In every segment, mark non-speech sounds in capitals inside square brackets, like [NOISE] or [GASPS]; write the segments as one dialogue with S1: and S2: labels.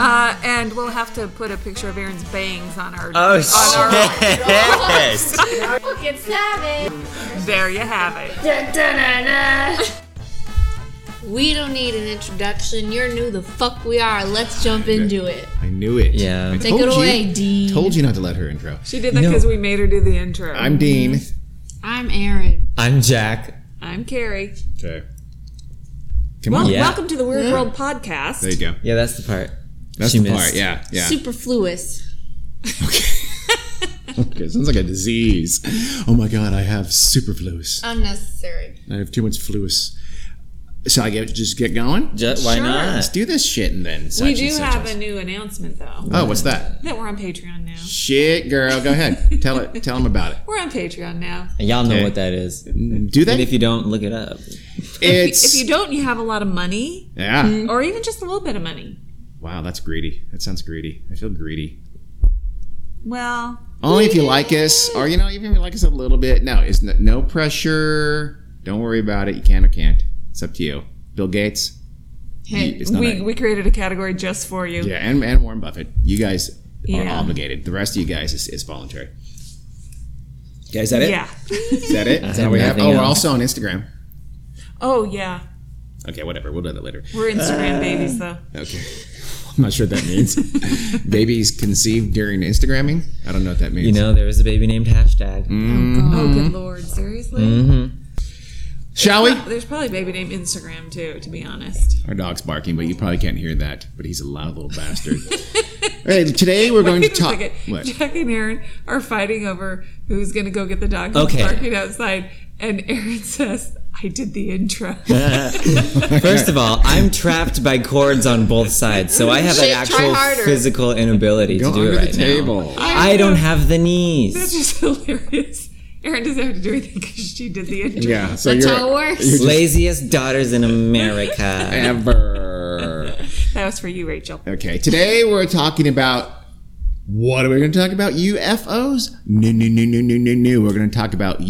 S1: Uh, and we'll have to put a picture of Aaron's bangs on our.
S2: Oh
S1: on our-
S3: [LAUGHS]
S2: shit!
S4: It's savage.
S1: there you have it.
S3: We don't need an introduction. You're new the fuck we are. Let's jump into it.
S5: I knew it.
S2: Yeah.
S5: I
S3: Take
S5: told
S3: it
S5: you-
S3: away, Dean.
S5: Told you not to let her intro.
S1: She did that because we made her do the intro.
S5: I'm Dean.
S3: I'm Aaron.
S2: I'm Jack.
S1: I'm Carrie.
S5: Okay. Come
S1: Well,
S5: on.
S2: Yeah.
S1: welcome to the Weird World podcast.
S5: There you go.
S2: Yeah, that's the part.
S5: That's
S2: She
S5: the
S2: missed.
S5: part. Yeah. Yeah. [LAUGHS]
S3: Superfluous.
S5: Okay, sounds like a disease. Oh my god, I have superfluous.
S3: [LAUGHS] Unnecessary.
S5: I have too much fluous. Shall I get, just get going?
S2: Ju- why
S5: Let's
S2: not?
S5: do this shit and then. such
S1: We
S5: and
S1: do
S5: such
S1: have
S5: as-
S1: a new announcement though
S5: Oh, what's that?
S1: that we're on Patreon now.
S5: Shit, girl. Go ahead. tell it. Tell them about it.
S1: We're on Patreon now.
S2: And y'all know
S5: Okay.
S2: what that is.
S5: Do
S2: And
S5: they?
S2: if you don't, look it up.
S5: it's
S1: If you don't, you have a lot of money,
S5: yeah.
S1: or even just a little bit of money.
S5: Wow, that's greedy. That sounds greedy. I feel greedy.
S1: Well,
S5: Only if you like us, or you know, even if you like us a little bit. No, it's no, no pressure. Don't worry about it. You can or can't. It's up to you. Bill Gates.
S3: Hey,
S5: you- it's not
S1: we
S5: a-
S1: we created a category just for you.
S5: yeah, and, and Warren Buffett. You guys are
S1: Yeah.
S5: obligated. The rest of you guys is, is voluntary. Okay, is that it?
S1: Yeah.
S5: Is that it? Is that
S2: have
S5: what we have?
S2: nothing
S5: Oh, we're
S2: else.
S5: also on Instagram.
S1: Oh yeah.
S5: Okay, whatever. We'll do that later.
S1: We're Instagram
S5: [LAUGHS]
S1: babies though.
S5: Okay. I'm not sure what that means.
S1: Oh,
S5: Babies conceived during Instagramming? I don't know what that means.
S2: You know, there was a baby named
S5: Mm.
S1: Oh
S2: hashtag.
S5: Mm-hmm.
S1: good lord, seriously?
S5: Shall we?
S1: There's probably baby name Instagram too, to be honest.
S5: Our dog's barking, but you probably can't hear that. But he's a loud little [LAUGHS] bastard. All right, today
S1: [LAUGHS]
S5: we're going to
S1: Wait a
S5: talk.
S1: second.
S5: What?
S1: Jack and Aaron are fighting over who's going to go get the dog who's
S2: Okay.
S1: barking outside, and Aaron [LAUGHS] says, "I did the intro."
S5: [LAUGHS]
S2: First of all, I'm trapped by cords on both sides, so I have
S3: Shit,
S2: an
S3: try
S2: actual
S3: harder.
S2: physical inability
S5: Go
S2: to do
S5: under
S2: it right
S5: the table.
S2: now. I don't have the knees.
S1: That's just hilarious. Aaron doesn't have to do anything because she did
S5: [LAUGHS]
S1: the intro.
S5: Yeah. So
S3: That's
S5: you're
S3: how it works.
S2: [LAUGHS] Laziest daughters in
S5: [LAUGHS]
S2: America.
S5: ever.
S1: That was for you, Rachel.
S5: Okay. Today we're talking about. What are we going to talk about? UFOs? No, no, no, no, no, no, no. We're going to talk about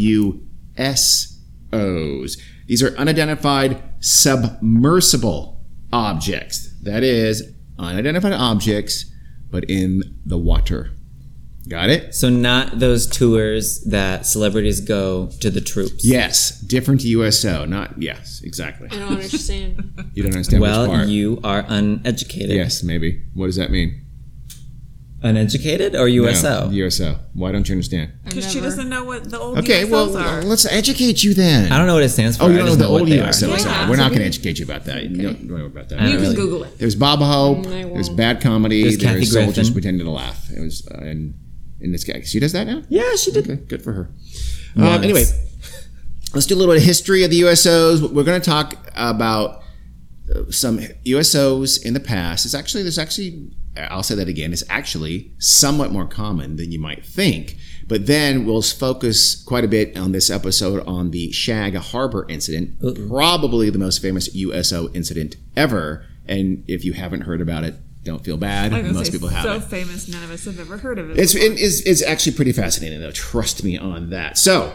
S5: USOs. These are unidentified submersible objects. That is, unidentified objects, but in the water. Got it?
S2: So not those tours that celebrities go to the troops.
S5: Yes, different USO, not yes, exactly.
S3: I don't understand.
S5: You don't understand which
S2: Well,
S5: part.
S2: you are uneducated.
S5: yes, maybe. What does that mean?
S2: Uneducated or USO?
S5: No, USO. Why don't you understand?
S1: Because she doesn't know what the old
S5: Okay,
S1: USOs
S5: well,
S1: are.
S5: let's educate you then.
S2: I don't know what it stands for.
S5: Oh, you
S2: I
S5: don't know
S2: just
S5: the old
S2: what they are.
S5: USOs
S1: Yeah.
S5: are. We're not going to educate you about that. You don't don't worry about that.
S2: I don't really-
S1: Google it.
S5: There's Bob
S1: Mm,
S5: Hope. There's bad comedy.
S2: There's
S5: There's,
S2: Kathy
S5: soldiers
S2: Griffin.
S5: pretending to laugh. It was uh, and in this guy. She does that now.
S2: Yeah, she did.
S5: Okay, good for her.
S2: Once.
S5: Um, anyway, let's do a little bit of history of the USOs. We're going to talk about uh, some USOs in the past. It's actually there's actually I'll say that again. It's actually somewhat more common than you might think. But then we'll focus quite a bit on this episode on the Shag Harbor incident, probably the most famous USO incident ever. And if you haven't heard about it, don't feel bad.
S1: I was gonna
S5: Most
S1: say,
S5: people have.
S1: so
S5: it.
S1: famous, none of us have ever heard of it.
S5: It's it is it's actually pretty fascinating though. Trust me on that. So,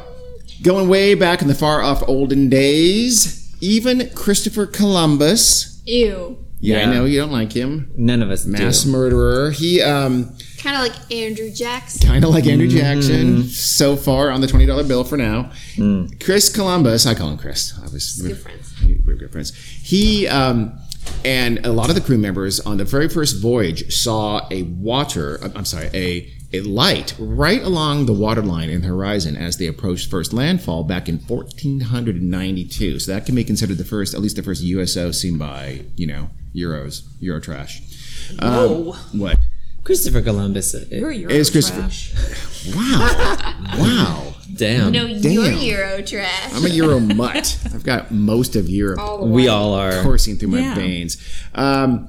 S5: going way back in the far off olden days, even Christopher Columbus.
S3: Ew.
S5: Yeah,
S2: Yeah.
S5: I know you don't like him.
S2: None of us
S5: Mass
S2: do.
S5: murderer. He um
S3: Kind of like Andrew Jackson.
S5: kind of like Andrew
S2: Mm-hmm.
S5: Jackson so far on the twenty dollar bill for now.
S2: Mm.
S5: Chris Columbus. I call him Chris. I was
S3: Good friends.
S5: we were good friends. He um, and a lot of the crew members on the very first voyage saw a water. I'm sorry, a a light right along the waterline in the horizon as they approached first landfall back in 1492. So that can be considered the first, at least the first USO seen by you know Euros, Euro trash. Um, what
S2: Christopher Columbus. uh,
S1: You're, you're
S5: is Christopher? [LAUGHS] Wow, wow.
S2: Damn.
S3: No, you're
S5: Damn.
S3: Euro trash.
S5: I'm a Euro mutt. I've got most of Europe
S2: we all are.
S5: coursing through my
S1: Yeah.
S5: veins. Um,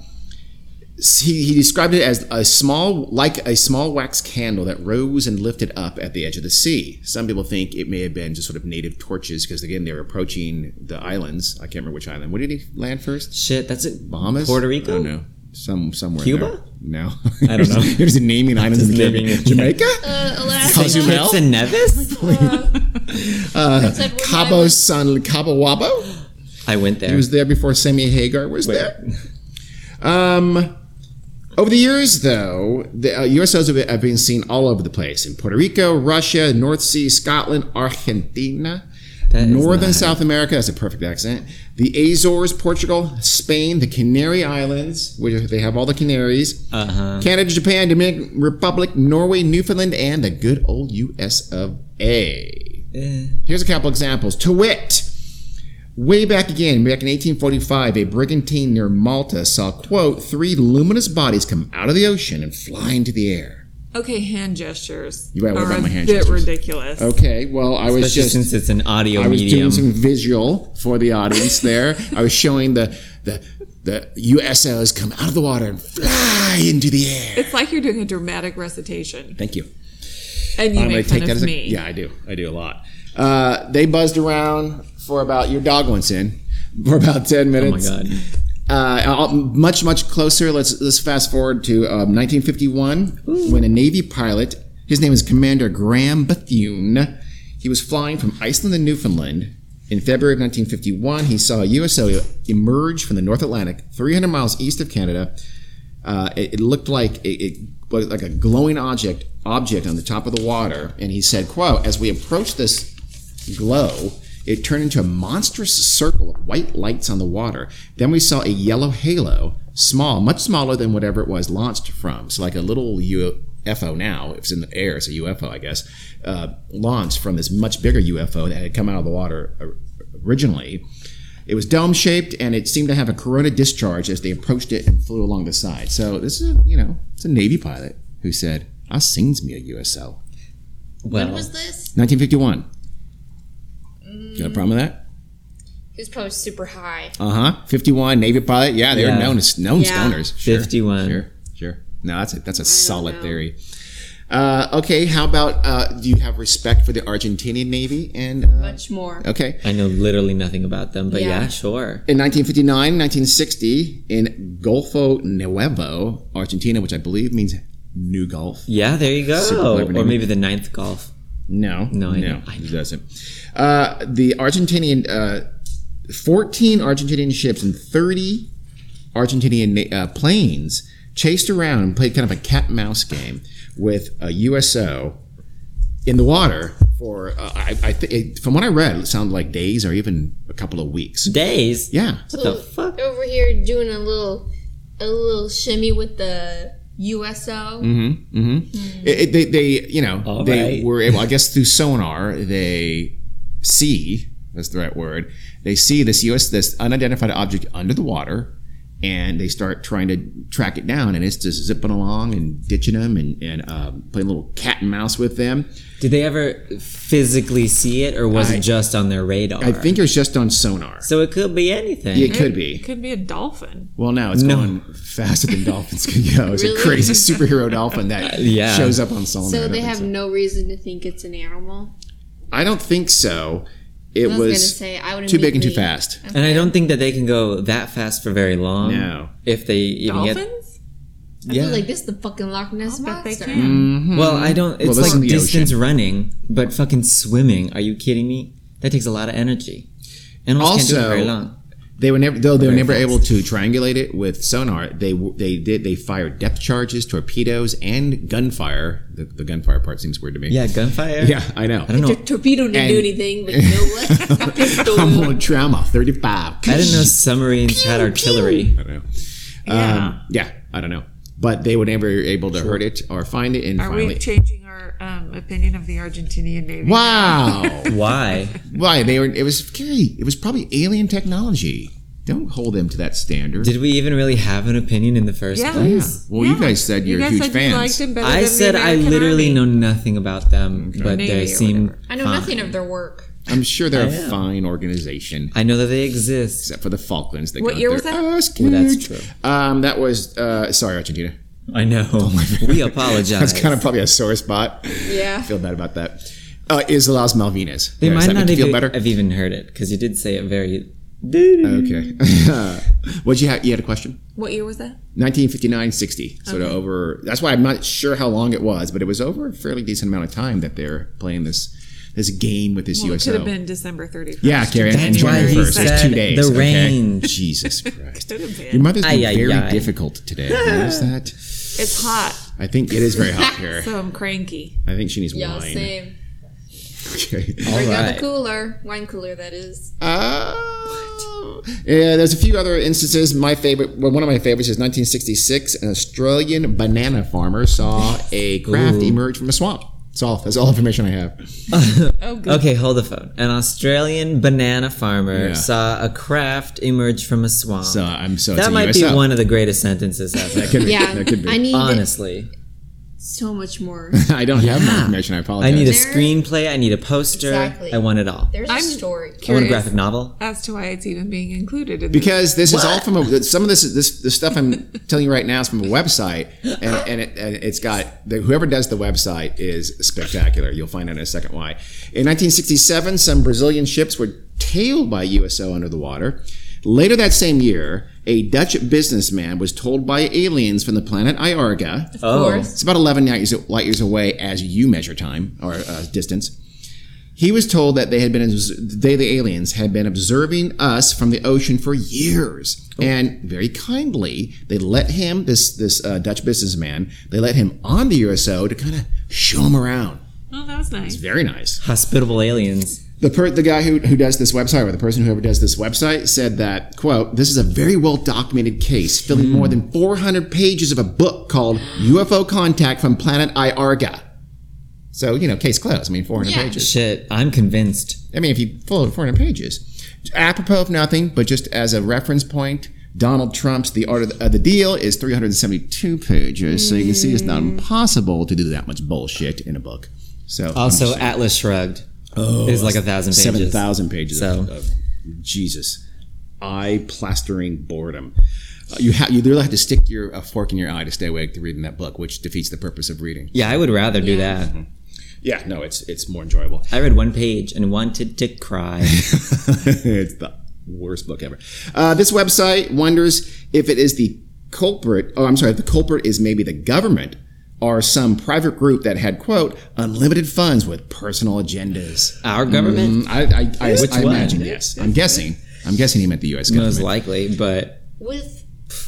S5: s- he, he described it as a small, like a small wax candle that rose and lifted up at the edge of the sea. Some people think it may have been just sort of native torches because, again, they were approaching the islands. I can't remember which island. Where did he land first?
S2: Shit, that's it.
S5: Bahamas,
S2: Puerto
S5: I
S2: Rico?
S5: don't know. Some somewhere.
S2: Cuba?
S5: there. No,
S2: I don't know.
S5: [LAUGHS] You're just naming islands in the
S2: [LAUGHS] Just
S5: Caribbean.
S2: naming it.
S5: Jamaica, [LAUGHS]
S3: uh,
S5: Cozumel?
S3: Alaska.
S2: Kitts and [LAUGHS] Nevis?
S3: said when I
S5: Uh, Cabo
S3: was-
S5: San Cabo Wabo.
S2: I went there.
S5: He was there before Sammy Hagar was there. Um, over the years, though, the uh, USOs have been, have been seen all over the place in Puerto Rico, Russia, North Sea, Scotland, Argentina,
S2: That is
S5: Northern
S2: not-
S5: South America. That's a perfect accent. The Azores, Portugal, Spain, the Canary Islands, where they have all the Canaries,
S2: Uh-huh.
S5: Canada, Japan, Dominican Republic, Norway, Newfoundland, and the good old U.S. of A.
S2: Eh.
S5: Here's a couple examples. To wit, way back again, back in 1845, a brigantine near Malta saw, quote, three luminous bodies come out of the ocean and fly into the air.
S1: Okay, hand gestures
S5: You're right, what
S1: are
S5: about
S1: a
S5: my hand
S1: bit
S5: gestures?
S1: ridiculous.
S5: Okay, well, I was
S2: Especially
S5: just.
S2: since it's an audio
S5: I was
S2: medium.
S5: doing some visual for the audience there. I was showing the, the the USOs come out of the water and fly into the air.
S1: It's like you're doing a dramatic recitation,
S5: Thank you.
S1: and you
S5: I'm
S1: make
S5: gonna
S1: fun
S5: take that
S1: of
S5: as a,
S1: me.
S5: Yeah, I do. I do a lot. Uh, they buzzed around for about your dog went in for about
S1: Oh
S5: ten minutes.
S2: God.
S5: Uh, I'll- much much closer. Let's let's fast forward to um, 1951 when a Navy pilot, his name is Commander Graham Bethune, he was flying from Iceland to Newfoundland. In February of 1951, he saw a USO emerge from the North Atlantic, 300 miles east of Canada. Uh, it, it looked like it, it was like a glowing object object on the top of the water, and he said, "quote As we approached this glow, it turned into a monstrous circle of white lights on the water. Then we saw a yellow halo, small, much smaller than whatever it was launched from. So, like a little UFO now, if it's in the air, it's a UFO, I guess, uh, launched from this much bigger UFO that had come out of the water or- originally. It was dome shaped and it seemed to have a corona discharge as they approached it and flew along the side. So, this is, a, you know, it's a Navy pilot who said, I sings me a USO.
S2: Well,
S3: When was this?
S5: 1951. You got a problem with that?
S3: He was probably super high.
S5: Uh huh. Fifty-one Navy pilot. Yeah, they were
S2: Yeah.
S5: known as known
S3: Yeah.
S5: stoners. Sure,
S2: 51.
S5: Sure, sure. No, that's a that's a solid
S3: know.
S5: theory. Uh, okay, how about uh, do you have respect for the Argentinian Navy? And uh,
S3: Much more.
S5: okay,
S2: I know literally nothing about them, but yeah,
S3: Yeah.
S2: sure.
S5: in 1959, 1960, in Golfo Nuevo, Argentina, which I believe means New Gulf.
S2: Yeah, there you
S5: Super
S2: go.
S5: clever name.
S2: Or maybe the ninth golf.
S5: No,
S2: No, I
S5: no,
S2: know, I
S5: it
S2: know.
S5: doesn't. Uh, the Argentinian, uh, 14 Argentinian ships and 30 Argentinian na- uh, planes chased around and played kind of a cat and mouse game with a USO in the water for, uh, I, I th- it, from what I read, it sounded like days or even a couple of weeks.
S2: Days.
S5: Yeah.
S2: What the fuck?
S3: Over here doing a little, a little shimmy with the USO.
S5: Mm-hmm. It, it- they, they, you know,
S2: All
S5: they
S2: right.
S5: were able, I
S2: [LAUGHS]
S5: guess, through sonar, they see that's the right word. They see this US, this unidentified object under the water, and they start trying to track it down, and it's just zipping along and ditching them and, and um, playing a little cat and mouse with them.
S2: Did they ever physically see it, or was
S5: I-
S2: it just on their radar?
S5: I think it was just on sonar.
S2: so. It could be anything.
S5: It could be.
S1: Could be a dolphin.
S5: Well, now it's
S2: Mm-hmm. No.
S5: going faster than dolphins can go. It's
S3: Really?
S5: a
S2: [LAUGHS]
S5: crazy superhero dolphin that
S2: yeah.
S5: shows up on sonar. I
S3: So
S5: don't
S3: they
S5: think
S3: have no reason to think it's an animal.
S5: I don't think so. It
S3: I was,
S5: was,
S3: gonna say I would
S5: too big and too fast.
S3: Mm-hmm.
S2: And I don't think that they can go that fast for very long.
S5: No.
S2: If they even get.
S1: Dolphins?
S3: I feel
S2: Yeah.
S3: like this is the fucking Loch Ness
S1: But they
S3: monster.
S1: can.
S2: Well, I don't. It's
S5: that's in
S2: like
S5: the
S2: distance running, but fucking swimming. Are you kidding me? That takes a lot of energy. Animals can't do
S5: Also-
S2: it very long.
S5: They were never, though they were
S2: Very
S5: never
S2: fast.
S5: able to triangulate it with sonar. They w- they did they fired depth charges, torpedoes, and gunfire. The, the gunfire part seems weird to me.
S2: Yeah, gunfire.
S5: yeah, I know.
S2: I don't know.
S3: Tor- torpedo didn't do
S5: And-
S3: anything, but
S5: [LAUGHS]
S3: you know what? [LAUGHS] Pistol.
S5: I'm on trauma. Thirty five.
S2: I didn't know submarines had artillery.
S5: [LAUGHS] I don't know.
S1: Yeah.
S5: Um, yeah, I don't know. But they were never able to hurt it or find it. And
S1: Are
S5: finally,
S1: we changing our um, opinion of the Argentinian
S5: [LAUGHS]
S1: Navy?
S5: wow,
S2: Why?
S5: why they were? It was scary. It was probably alien technology. Don't hold them to that standard.
S2: Did we even really have an opinion in the first
S1: Yeah.
S2: place?
S5: well, you guys said
S1: You
S5: you're
S1: guys
S5: huge
S1: said you
S5: fans.
S1: liked him better
S2: I
S1: than
S2: said
S1: the
S2: I
S1: American
S2: literally
S1: Army.
S2: know nothing about them, but
S1: Navy
S2: they
S1: or
S2: seem.
S1: whatever.
S3: I know
S2: fine.
S3: nothing of their work.
S5: I'm sure they're
S2: I
S5: a
S2: am.
S5: fine organization,
S2: I know that they exist.
S5: except for the Falklands. That
S1: What
S5: got
S1: year
S5: their
S1: was that?
S5: ass
S2: Well, that's
S5: kicked.
S2: true.
S5: Um, that was uh, sorry, Argentina.
S2: I know. [LAUGHS] we
S5: [LAUGHS]
S2: apologize.
S5: That's kind of probably a sore spot. Yeah, I feel bad about that. Uh, is the Las Malvinas?
S2: They
S5: Yeah, does
S2: might
S5: that
S2: not
S5: make you
S2: even
S5: feel better.
S2: have even heard it because you did say it very.
S5: [LAUGHS] Okay. What'd you have? You had a question.
S1: What year was that?
S5: 1959-60 sort of over that's why i'm not sure how long it was but it was over a fairly decent amount of time that they're playing this this game with this
S1: Well, it
S5: uso
S1: could have been December 31st.
S5: yeah Carrie, and- and
S2: That's why
S5: January
S2: he
S5: 1st there's
S2: said
S5: two days
S2: the
S5: okay?
S2: range.
S5: jesus christ
S1: Could have been.
S5: your mother's been
S2: Ay, ay,
S5: very
S2: ay.
S5: difficult today notice that
S1: It's hot,
S5: i think it is very hot here
S1: so I'm cranky.
S5: i think she needs
S3: Yeah,
S5: wine
S3: same.
S5: okay
S2: All
S3: Bring out
S2: right.
S3: the cooler, wine cooler that is.
S5: Uh, yeah, there's a few other instances. My favorite, well, one of my favorites is 1966. An Australian banana farmer saw a craft
S2: Ooh.
S5: emerge from a swamp. That's all. That's all information I have.
S2: [LAUGHS]
S3: Oh,
S2: Okay, hold the phone. An Australian banana farmer
S5: Yeah.
S2: saw a craft emerge from a swamp.
S5: So I'm so it's
S2: that
S5: a
S2: might
S5: USO.
S2: be one of the greatest sentences
S5: [LAUGHS]
S2: ever.
S5: That could be.
S3: Yeah,
S5: That could be.
S3: I need
S2: Honestly,
S3: so much more.
S5: [LAUGHS] I don't have more information. I apologize.
S2: I need a
S3: There-
S2: screenplay. I need a poster.
S3: Exactly.
S2: I want it all.
S3: There's a
S1: I'm-
S3: story.
S2: I want a
S1: Curious.
S2: graphic novel.
S1: As to why it's even being included in
S5: because this is all from a, some of this is this the stuff I'm telling you right now is from a website and and, it, and it's got the, whoever does the website is spectacular. You'll find out in a second why. In 1967, some Brazilian ships were tailed by USO under the water. Later that same year, a Dutch businessman was told by aliens from the planet Iarga.
S2: oh,
S3: course.
S5: It's about 11 light years, light years away as you measure time or uh, distance. He was told that they had been, they, the aliens, had been observing us from the ocean for years. And very kindly, they let him, this, this uh, Dutch businessman, they let him on the USO to kind of show him around.
S1: the. Oh, that was nice.
S5: Very nice
S2: hospitable aliens.
S5: the per- the guy who who does this website or the person whoever does this website said that quote this is a very well documented case filling more than 400 pages of a book called UFO contact from planet Iarga. So you know case closed. I mean 400
S3: Yeah.
S5: pages.
S2: Shit, I'm convinced.
S5: I mean if you follow 400 pages, apropos of nothing, but just as a reference point. Donald Trump's The Art of the, of the Deal is 372 pages, so you can see it's not impossible to do that much bullshit in a book. So I'm
S2: Also,
S5: just-
S2: Atlas Shrugged
S5: Oh,
S2: is like a thousand pages.
S5: Seven thousand pages. Of,
S2: So-
S5: of Jesus, eye plastering boredom. Uh, you ha- you literally have to stick your a fork in your eye to stay awake to reading that book, which defeats the purpose of reading.
S2: Yeah, I would rather do that.
S5: Yeah, no, it's it's more enjoyable. [LAUGHS]
S2: I read one page and wanted to cry.
S5: it's the worst book ever. Uh, this website wonders if it is the culprit. Oh, I'm sorry. If the culprit is maybe the government or some private group that had quote unlimited funds with personal agendas.
S2: Our government,
S5: I Mm, I, I,
S2: Which
S5: I
S2: one?
S5: imagine yes. I'm guessing. I'm guessing he meant the U.S. government.
S2: most likely, but
S3: With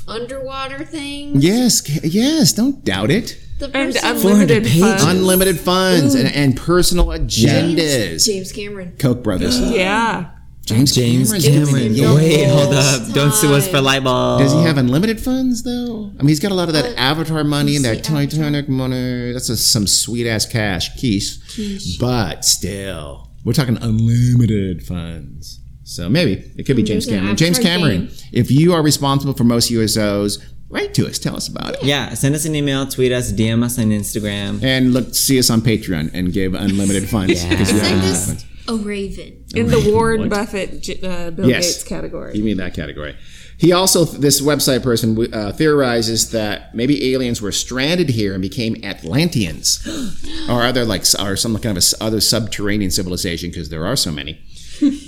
S3: underwater things.
S5: Yes, ca- yes, don't doubt it.
S3: The
S1: And
S3: person
S1: unlimited
S2: 400 pages.
S1: fun.
S5: Unlimited funds and, and personal agendas.
S3: James Cameron.
S5: Coke Brothers.
S1: Yeah.
S5: James,
S2: James
S5: Cameron.
S2: Cameron.
S5: yeah.
S2: Wait, hold
S3: Yes.
S2: up! Don't sue us for libel.
S3: Um,
S5: Does he have unlimited funds though? I mean, he's got a lot of that
S3: Uh,
S5: Avatar money and that
S3: see, Avatar.
S5: Titanic money. That's a, some sweet ass cash, keys. But still, we're talking unlimited funds. So maybe it could be James
S3: There's an
S5: Cameron. James
S3: Avatar
S5: Cameron,
S3: game.
S5: if you are responsible for most USOs, write to us. Tell us about it.
S2: Yeah, send us an email, tweet us, DM us on Instagram.
S5: And look, see us on Patreon and give unlimited funds. 'cause you have
S3: Send
S5: unlimited
S3: us
S5: funds.
S3: A raven.
S1: In the Warren
S5: What?
S1: Buffett, J- uh, Bill
S5: Yes.
S1: Gates category.
S5: You mean that category? He also, this website person uh, theorizes that maybe aliens were stranded here and became Atlanteans,
S1: [GASPS]
S5: or other like, or some kind of a s other subterranean civilization because there are so
S1: [LAUGHS]
S5: many.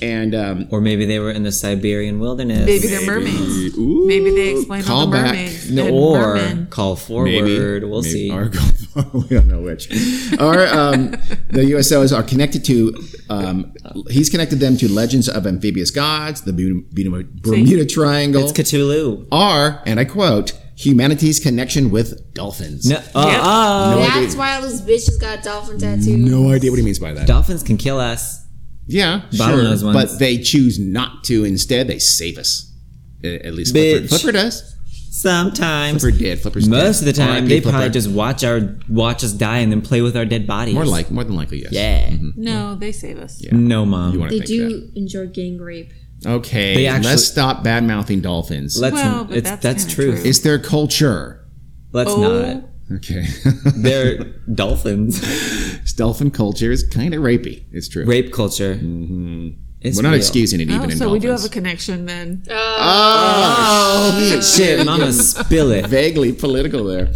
S5: And um,
S2: Or maybe they were in the Siberian wilderness.
S1: Maybe they're mermaids.
S5: ooh,
S1: Maybe they explain all the
S5: call back.
S1: mermaids.
S5: No,
S1: and
S2: Or
S1: mermen.
S2: call forward. we'll
S5: Maybe.
S2: see.
S5: Or go- [LAUGHS] we don't know which. Or
S1: [LAUGHS]
S5: um, the USOs are connected to. Um, he's connected them to legends of amphibious gods, the Bu- Bu- Bermuda Triangle.
S2: It's Cthulhu.
S5: are, and I quote, humanity's connection with dolphins.
S2: No, uh,
S1: Yeah.
S2: uh,
S5: No
S3: That's
S5: idea.
S3: why all these bitches got dolphin tattoos.
S5: No idea what he means by that.
S2: Dolphins can kill us.
S5: yeah, sure,
S2: Bottlenose ones.
S5: but they choose not to. Instead, they save us. A- At least Flipper,
S2: Bitch.
S5: Flipper does.
S2: Sometimes.
S5: Flipper did. Flipper's
S2: Most of the
S5: dead.
S2: time,
S5: R.I.P.
S2: they probably
S5: Flipper.
S2: just watch our watch us die and then play with our dead bodies.
S5: more like more than likely yes.
S2: yeah.
S1: No, they save us.
S5: Yeah.
S2: No, mom.
S5: You want to
S3: They
S5: think
S3: do enjoy gang rape.
S5: that? Okay,
S2: They actually-
S5: let's stop bad mouthing dolphins.
S2: Let's
S1: Well, but
S2: it's,
S1: that's
S2: that's
S1: kinda
S2: truth.
S1: true.
S5: it's their culture.
S2: Let's
S1: Oh.
S2: not.
S5: Okay, [LAUGHS]
S2: They're dolphins.
S5: dolphin culture is kind of rapey. It's true.
S2: Rape culture. Mm-hmm.
S5: We're not excusing it even
S1: Oh,
S5: in
S1: so we do have a
S5: dolphins.
S1: connection then.
S5: oh,
S2: Shit, mama, spill
S5: [LAUGHS]
S2: it. [LAUGHS]
S5: vaguely political there.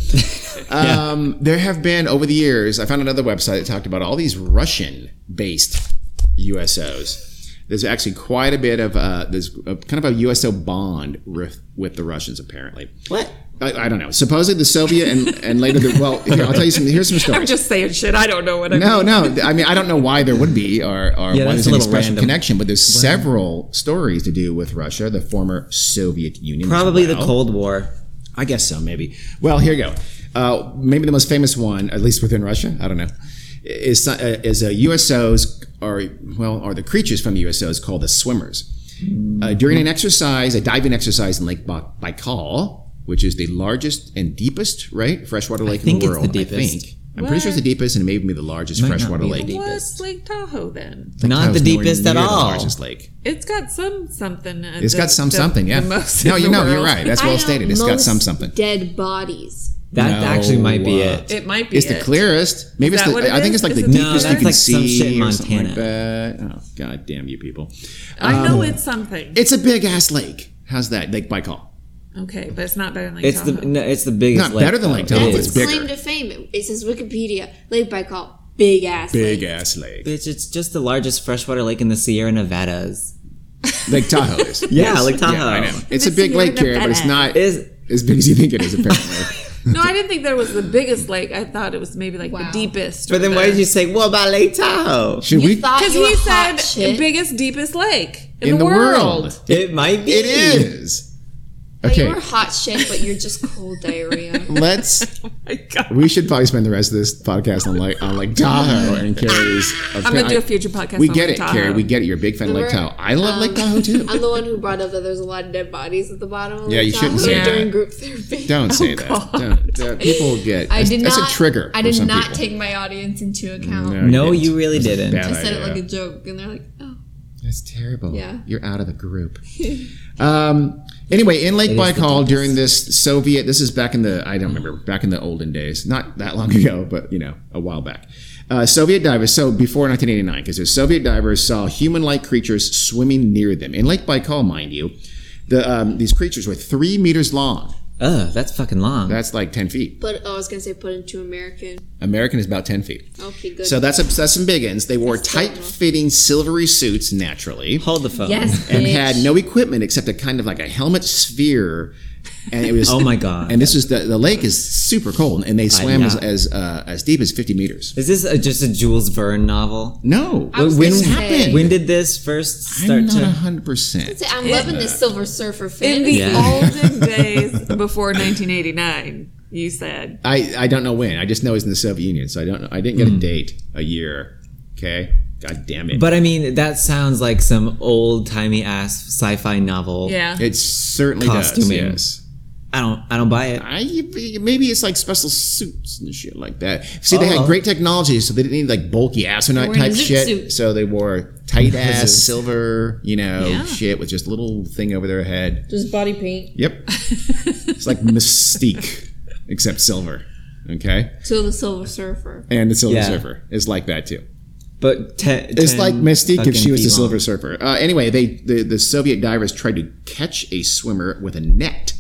S5: Um, There have been over the years. I found another website that talked about all these Russian-based USOs. There's actually quite a bit of uh, there's a, kind of a USO bond with, with the Russians apparently.
S2: What?
S5: I, I don't know. Supposedly the Soviet and, and later the well. Here, I'll tell you some. Here's some
S1: [LAUGHS] I'm
S5: stories.
S1: just saying shit. I don't know what I'm.
S5: no, no. I mean, I don't know why there would be or, or
S2: Yeah,
S5: why there's
S2: that's a
S5: any
S2: little
S5: special
S2: random.
S5: connection, but there's several stories to do with Russia, the former Soviet Union. as
S2: Probably the
S5: well.
S2: Cold War.
S5: I guess so, maybe. Well, here you go. Uh, maybe the most famous one, at least within Russia, I don't know, is uh, is uh, USOs or well, are the creatures from USOs called the swimmers. Uh, during an exercise, a diving exercise in Lake Ba- Baikal, which is the largest and deepest, right, freshwater lake
S2: think
S5: in the
S2: it's the
S5: world. I
S2: deepest.
S5: think. I'm pretty sure it's the deepest and maybe the largest
S2: Might not
S5: freshwater
S2: be the
S5: lake.
S2: deepest.
S1: What's Lake Tahoe then?
S2: Not the
S5: Tahoe's nowhere
S2: deepest at
S5: near the
S2: all.
S5: largest lake.
S1: It's got some something. uh,
S5: It's
S1: the-
S5: got some
S1: the-
S5: something, yeah.
S1: the most
S5: no,
S1: in
S5: you
S1: the
S5: know, you're
S1: world.
S5: right. That's
S3: I
S5: well
S3: know
S5: stated. It's got
S3: most
S5: some something.
S3: Dead bodies.
S2: That
S5: No,
S2: actually might be
S5: uh,
S1: [LAUGHS]
S2: it.
S1: It might be.
S5: It's the
S1: it.
S5: clearest. Maybe
S1: Is
S5: it's
S1: that
S5: the,
S1: what it
S5: I think it's
S1: is?
S5: like
S1: Is
S5: the
S1: it
S2: No,
S5: deepest you
S2: that's
S5: can
S2: like
S5: see.
S2: some shit in
S5: or something like that. Oh, God damn you people. Um,
S1: I know it's something.
S5: It's a big ass lake. How's that? Lake Baikal.
S1: okay, but it's not better than Lake
S2: It's the
S1: Tahoe.
S2: no, it's the biggest.
S5: Not better than Lake
S2: though.
S5: Tahoe,
S2: It
S3: That's
S5: it's
S3: its
S2: is.
S5: bigger.
S3: claim to fame. It says Wikipedia. Lake Baikal, big ass.
S5: Big
S3: lake.
S5: ass lake.
S2: Bitch, it's just the largest freshwater lake in the Sierra Nevadas.
S5: Lake Tahoe is.
S2: [LAUGHS] Yeah, Lake Tahoe.
S5: I know. It's a
S1: The
S5: big lake,
S1: Sierra
S5: Carrie, but it's not
S2: Is
S5: as big as you think it is,
S1: [LAUGHS]
S5: apparently.
S1: no, I didn't think there was the biggest lake. I thought it was maybe like the
S3: Wow.
S1: deepest.
S2: but then why did you say what about Lake Tahoe?
S5: Should
S3: You
S5: we?
S3: thought
S1: Because
S3: you
S1: he
S3: were hot
S1: said
S3: shit.
S1: biggest, deepest lake in,
S5: In the world.
S2: It might be.
S5: It is.
S3: But
S5: Okay.
S3: You were hot shit, but you're just
S5: [LAUGHS]
S3: cold diarrhea.
S5: Let's.
S1: Oh my God.
S5: We should probably spend the rest of this podcast on like on Lake Tahoe and Carrie's.
S1: I'm gonna do a future podcast.
S5: We
S1: on
S5: get
S1: Lake
S5: it, Carrie.
S1: Tahoe.
S5: We get it. You're a big fan of Lake Tahoe. I love
S3: Um,
S5: Lake Tahoe too.
S3: I'm the one who brought up that there's a lot of dead bodies at the bottom of
S5: Yeah,
S3: Lake
S5: you shouldn't
S3: Tahoe
S5: say that.
S3: during group therapy.
S5: Don't say
S1: God.
S5: that. Don't, don't- people will get.
S3: Oh, I
S5: that's-
S3: did
S5: that's
S3: not.
S5: a trigger.
S3: I
S5: for
S3: did
S5: some
S3: not
S5: people. Mm,
S3: take my audience into account.
S2: No,
S5: didn't.
S2: you really
S5: That's a
S2: didn't.
S5: bad
S3: I said it
S5: idea.
S3: like a joke, and they're like, "Oh,
S5: That's terrible.
S3: Yeah.
S5: You're out of the
S3: [LAUGHS]
S5: group. um, anyway, in Lake Baikal during this Soviet, this is back in the, I don't remember, back in the olden days, not that long [LAUGHS] ago, but you know, a while back. Uh, Soviet divers, so before 1989, because the Soviet divers saw human like creatures swimming near them. In Lake Baikal, mind you, the, um, these creatures were three meters long.
S2: Ugh, that's fucking long.
S5: That's like 10 feet.
S3: but oh, I was gonna say put into American."
S5: American is about 10 feet.
S3: Okay, good.
S5: So that's, that's some biggins. They wore
S3: That's still
S5: tight fitting silvery suits naturally.
S2: Hold the phone.
S3: yes, [LAUGHS]
S5: and
S3: bitch.
S5: had no equipment except a kind of like a helmet sphere. And it was
S2: [LAUGHS] Oh my god.
S5: And this was the the lake is super cold, and they swam as
S2: know.
S5: as, uh, as deep as fifty meters.
S2: Is this a, just a Jules Verne novel?
S5: No,
S3: was
S5: when
S3: gonna
S5: happened?
S3: say-
S2: When did this first
S5: I'm
S2: start
S5: not
S2: to?
S5: hundred percent.
S3: So I'm loving this Silver Surfer
S1: in the
S3: fan.
S2: Yeah.
S1: olden days before 1989. You said
S5: I I don't know when. I just know it's in the Soviet Union, so I don't know. I didn't get a date, a year. Okay, god damn it.
S2: Hmm. But I mean, that sounds like some old timey ass sci-fi novel.
S1: yeah.
S5: it certainly
S2: Costuming.
S5: does. Yes.
S2: I don't. I don't buy it.
S5: I, maybe it's like special suits and shit like that. See, they
S2: Oh.
S5: had great technology, so they didn't need like bulky astronaut
S3: They were in
S5: type
S3: a zoot
S5: shit.
S3: suit.
S5: So they wore tight ass
S2: Zoot.
S5: silver, you know,
S1: Yeah.
S5: shit with just a little thing over their head.
S3: Just body paint.
S5: Yep,
S3: [LAUGHS]
S5: it's like Mystique, except silver. Okay,
S3: So the Silver Surfer.
S5: and the Silver
S2: Yeah.
S5: Surfer is like that too.
S2: But te-
S5: It's
S2: 10
S5: like Mystique if
S2: fucking
S5: she was the
S2: feet
S5: Silver
S2: long.
S5: Surfer. Uh, anyway, they the, the Soviet divers tried to catch a swimmer with a net,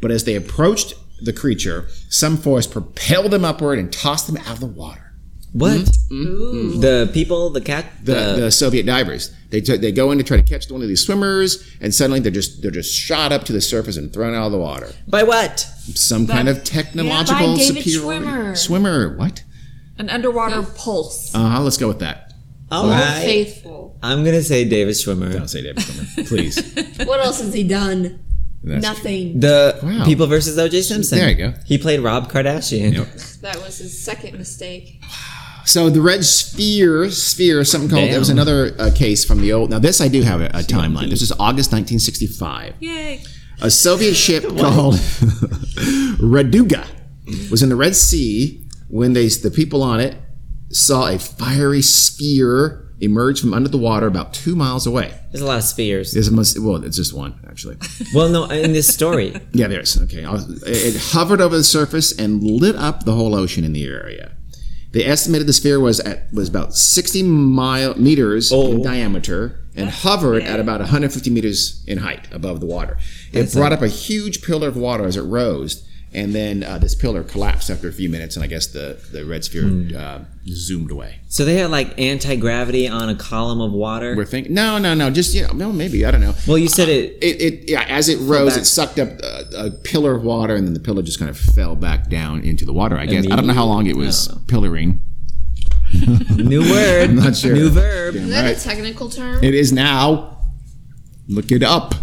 S5: but as they approached the creature, some force propelled them upward and tossed them out of the water.
S2: What? The people, the cat,
S5: Hmm? The, the Soviet divers they t- they go in to try to catch one of these swimmers, and suddenly they're just they're just shot up to the surface and thrown out of the water.
S2: by what?
S5: Some kind of technological
S3: by David
S5: superiority.
S3: Schwimmer.
S5: Swimmer, what?
S1: An underwater pulse.
S5: Uh huh. Let's go with that.
S2: All
S3: All
S2: right.
S3: faithful.
S2: I'm gonna say David Schwimmer.
S5: Don't say David Schwimmer, [LAUGHS] please.
S3: What else has he done?
S5: That's-
S3: Nothing.
S2: The
S5: Wow.
S2: People versus O.J. Simpson.
S5: There you go.
S2: He played Rob Kardashian.
S5: Yep.
S3: That was his second mistake.
S5: So the red sphere, sphere, something called. There was
S2: Damn.
S5: another uh, case from the old. Now this I do have a, a timeline. This is August 1965.
S1: Yay!
S5: A Soviet ship called [LAUGHS] Raduga was in the Red Sea when they the people on it saw a fiery sphere emerge from under the water about two miles away.
S2: There's a lot of spheres.
S5: This must well, it's just one actually.
S2: Well, no, in this story,
S5: Yeah, there is. Okay. I was- It hovered over the surface and lit up the whole ocean in the area. They estimated the sphere was at was about 60 mile meters in
S2: Oh.
S5: diameter and hovered at about 150 meters in height above the water. It brought up a huge pillar of water as it rose, and then uh, this pillar collapsed after a few minutes, and I guess the, the red sphere uh, zoomed away.
S2: so they had like anti gravity on a column of water.
S5: We're thinking, no, no, no, just, you know, no, maybe, I don't know.
S2: Well, you said it.
S5: It, it yeah, as it rose,
S2: back.
S5: it sucked up a, a pillar of water, and then the pillar just kind of fell back down into the water. I guess I don't know how long it was
S2: I don't know.
S5: pillaring.
S2: New
S5: [LAUGHS]
S2: word.
S5: I'm not sure.
S2: New verb.
S3: Is that a technical term?
S5: It is now. Look it up.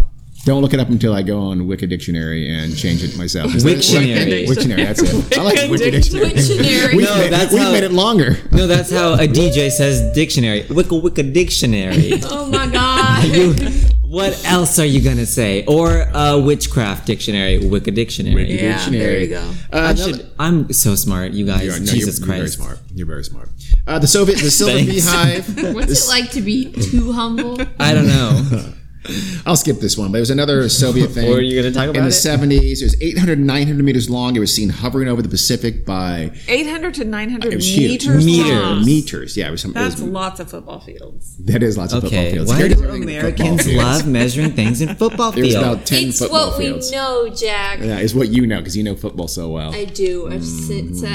S5: Don't look it up until I go on Wiki Dictionary and change it myself. Is that-
S2: Wiktionary.
S5: Wiktionary, that's it. I like Wiki Dictionary.
S3: Dictionary.
S5: We've,
S2: No,
S5: made,
S2: that's
S5: we've
S2: how-
S5: made it longer.
S2: No, that's how a DJ says dictionary. Wicka wicka dictionary.
S3: Oh
S1: [LAUGHS]
S3: my god.
S5: [LAUGHS]
S2: What else are you gonna say? Or a witchcraft dictionary, Wicca dictionary.
S1: there you go.
S5: Uh,
S2: I
S5: another-
S2: should. I'm so smart, you guys.
S5: You are- no,
S2: Jesus
S5: you're,
S2: Christ.
S5: You're very smart. You're very smart. Uh, the Soviet, the Silver
S2: Thanks.
S5: Beehive.
S3: What's it like to be
S5: [LAUGHS]
S3: too humble?
S2: I don't know.
S5: I'll skip this one, but it was another Soviet
S2: [LAUGHS]
S5: thing.
S2: Or are you gonna talk about
S5: in the
S2: it?
S5: 70s. It was 800, 900 meters long. It was seen hovering over the Pacific by
S1: 800 to 900
S5: it was huge.
S1: meters.
S2: Meters.
S1: long.
S5: meters. Yeah, it was some.
S1: That's
S5: it was,
S1: lots of football fields.
S5: that is lots of football
S2: Okay,
S5: fields.
S2: why
S5: Here
S2: do
S5: is everything in football
S2: Americans
S5: fields.
S2: love measuring things
S5: [LAUGHS]
S2: in football
S5: There's
S2: fields.
S5: about 10
S3: It's
S5: football
S3: what
S5: fields.
S3: we know, Jack.
S5: Yeah, it's what you know because you know football so well.
S3: I do. I've, seen, s- mm,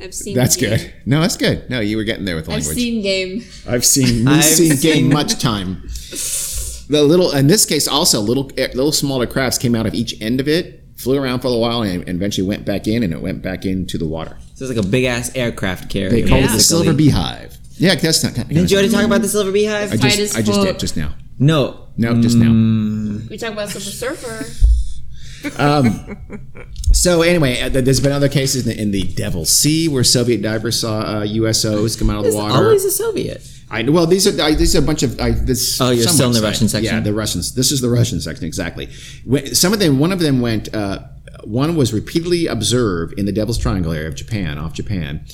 S3: I've seen.
S5: Mm. That's
S3: game.
S5: good. No, that's good. No, you were getting there with the
S3: I've
S5: language.
S3: seen game.
S5: I've seen me
S2: I've
S5: seen game
S3: [LAUGHS]
S2: seen-
S5: much time. The little in this case also little eh, little smaller crafts came out of each end of it, flew around for a while, and, and eventually went back in, and it went back into the water.
S2: So it's like a big ass aircraft carrier.
S5: They called it the
S2: basically.
S5: silver beehive. Yeah, that's not.
S2: Did you already talk about the silver beehive?
S5: I
S3: Fight is
S5: just, I just
S3: full.
S5: did just now.
S2: no.
S5: No, just now.
S3: We talk about Silver Surfer.
S5: [LAUGHS] Um, So anyway, uh, th- there's been other cases in the, in the Devil Sea where Soviet divers saw uh, USOs come out of the
S2: It's
S5: water.
S2: always a Soviet.
S5: I, well, these are I, these are a bunch of I, this.
S2: Oh, you're
S5: some
S2: still in the
S5: website.
S2: Russian section?
S5: Yeah, the Russians. This is the Russian section exactly. When, some of them, one of them went. Uh, one was repeatedly observed in the Devil's Triangle area of Japan, off Japan.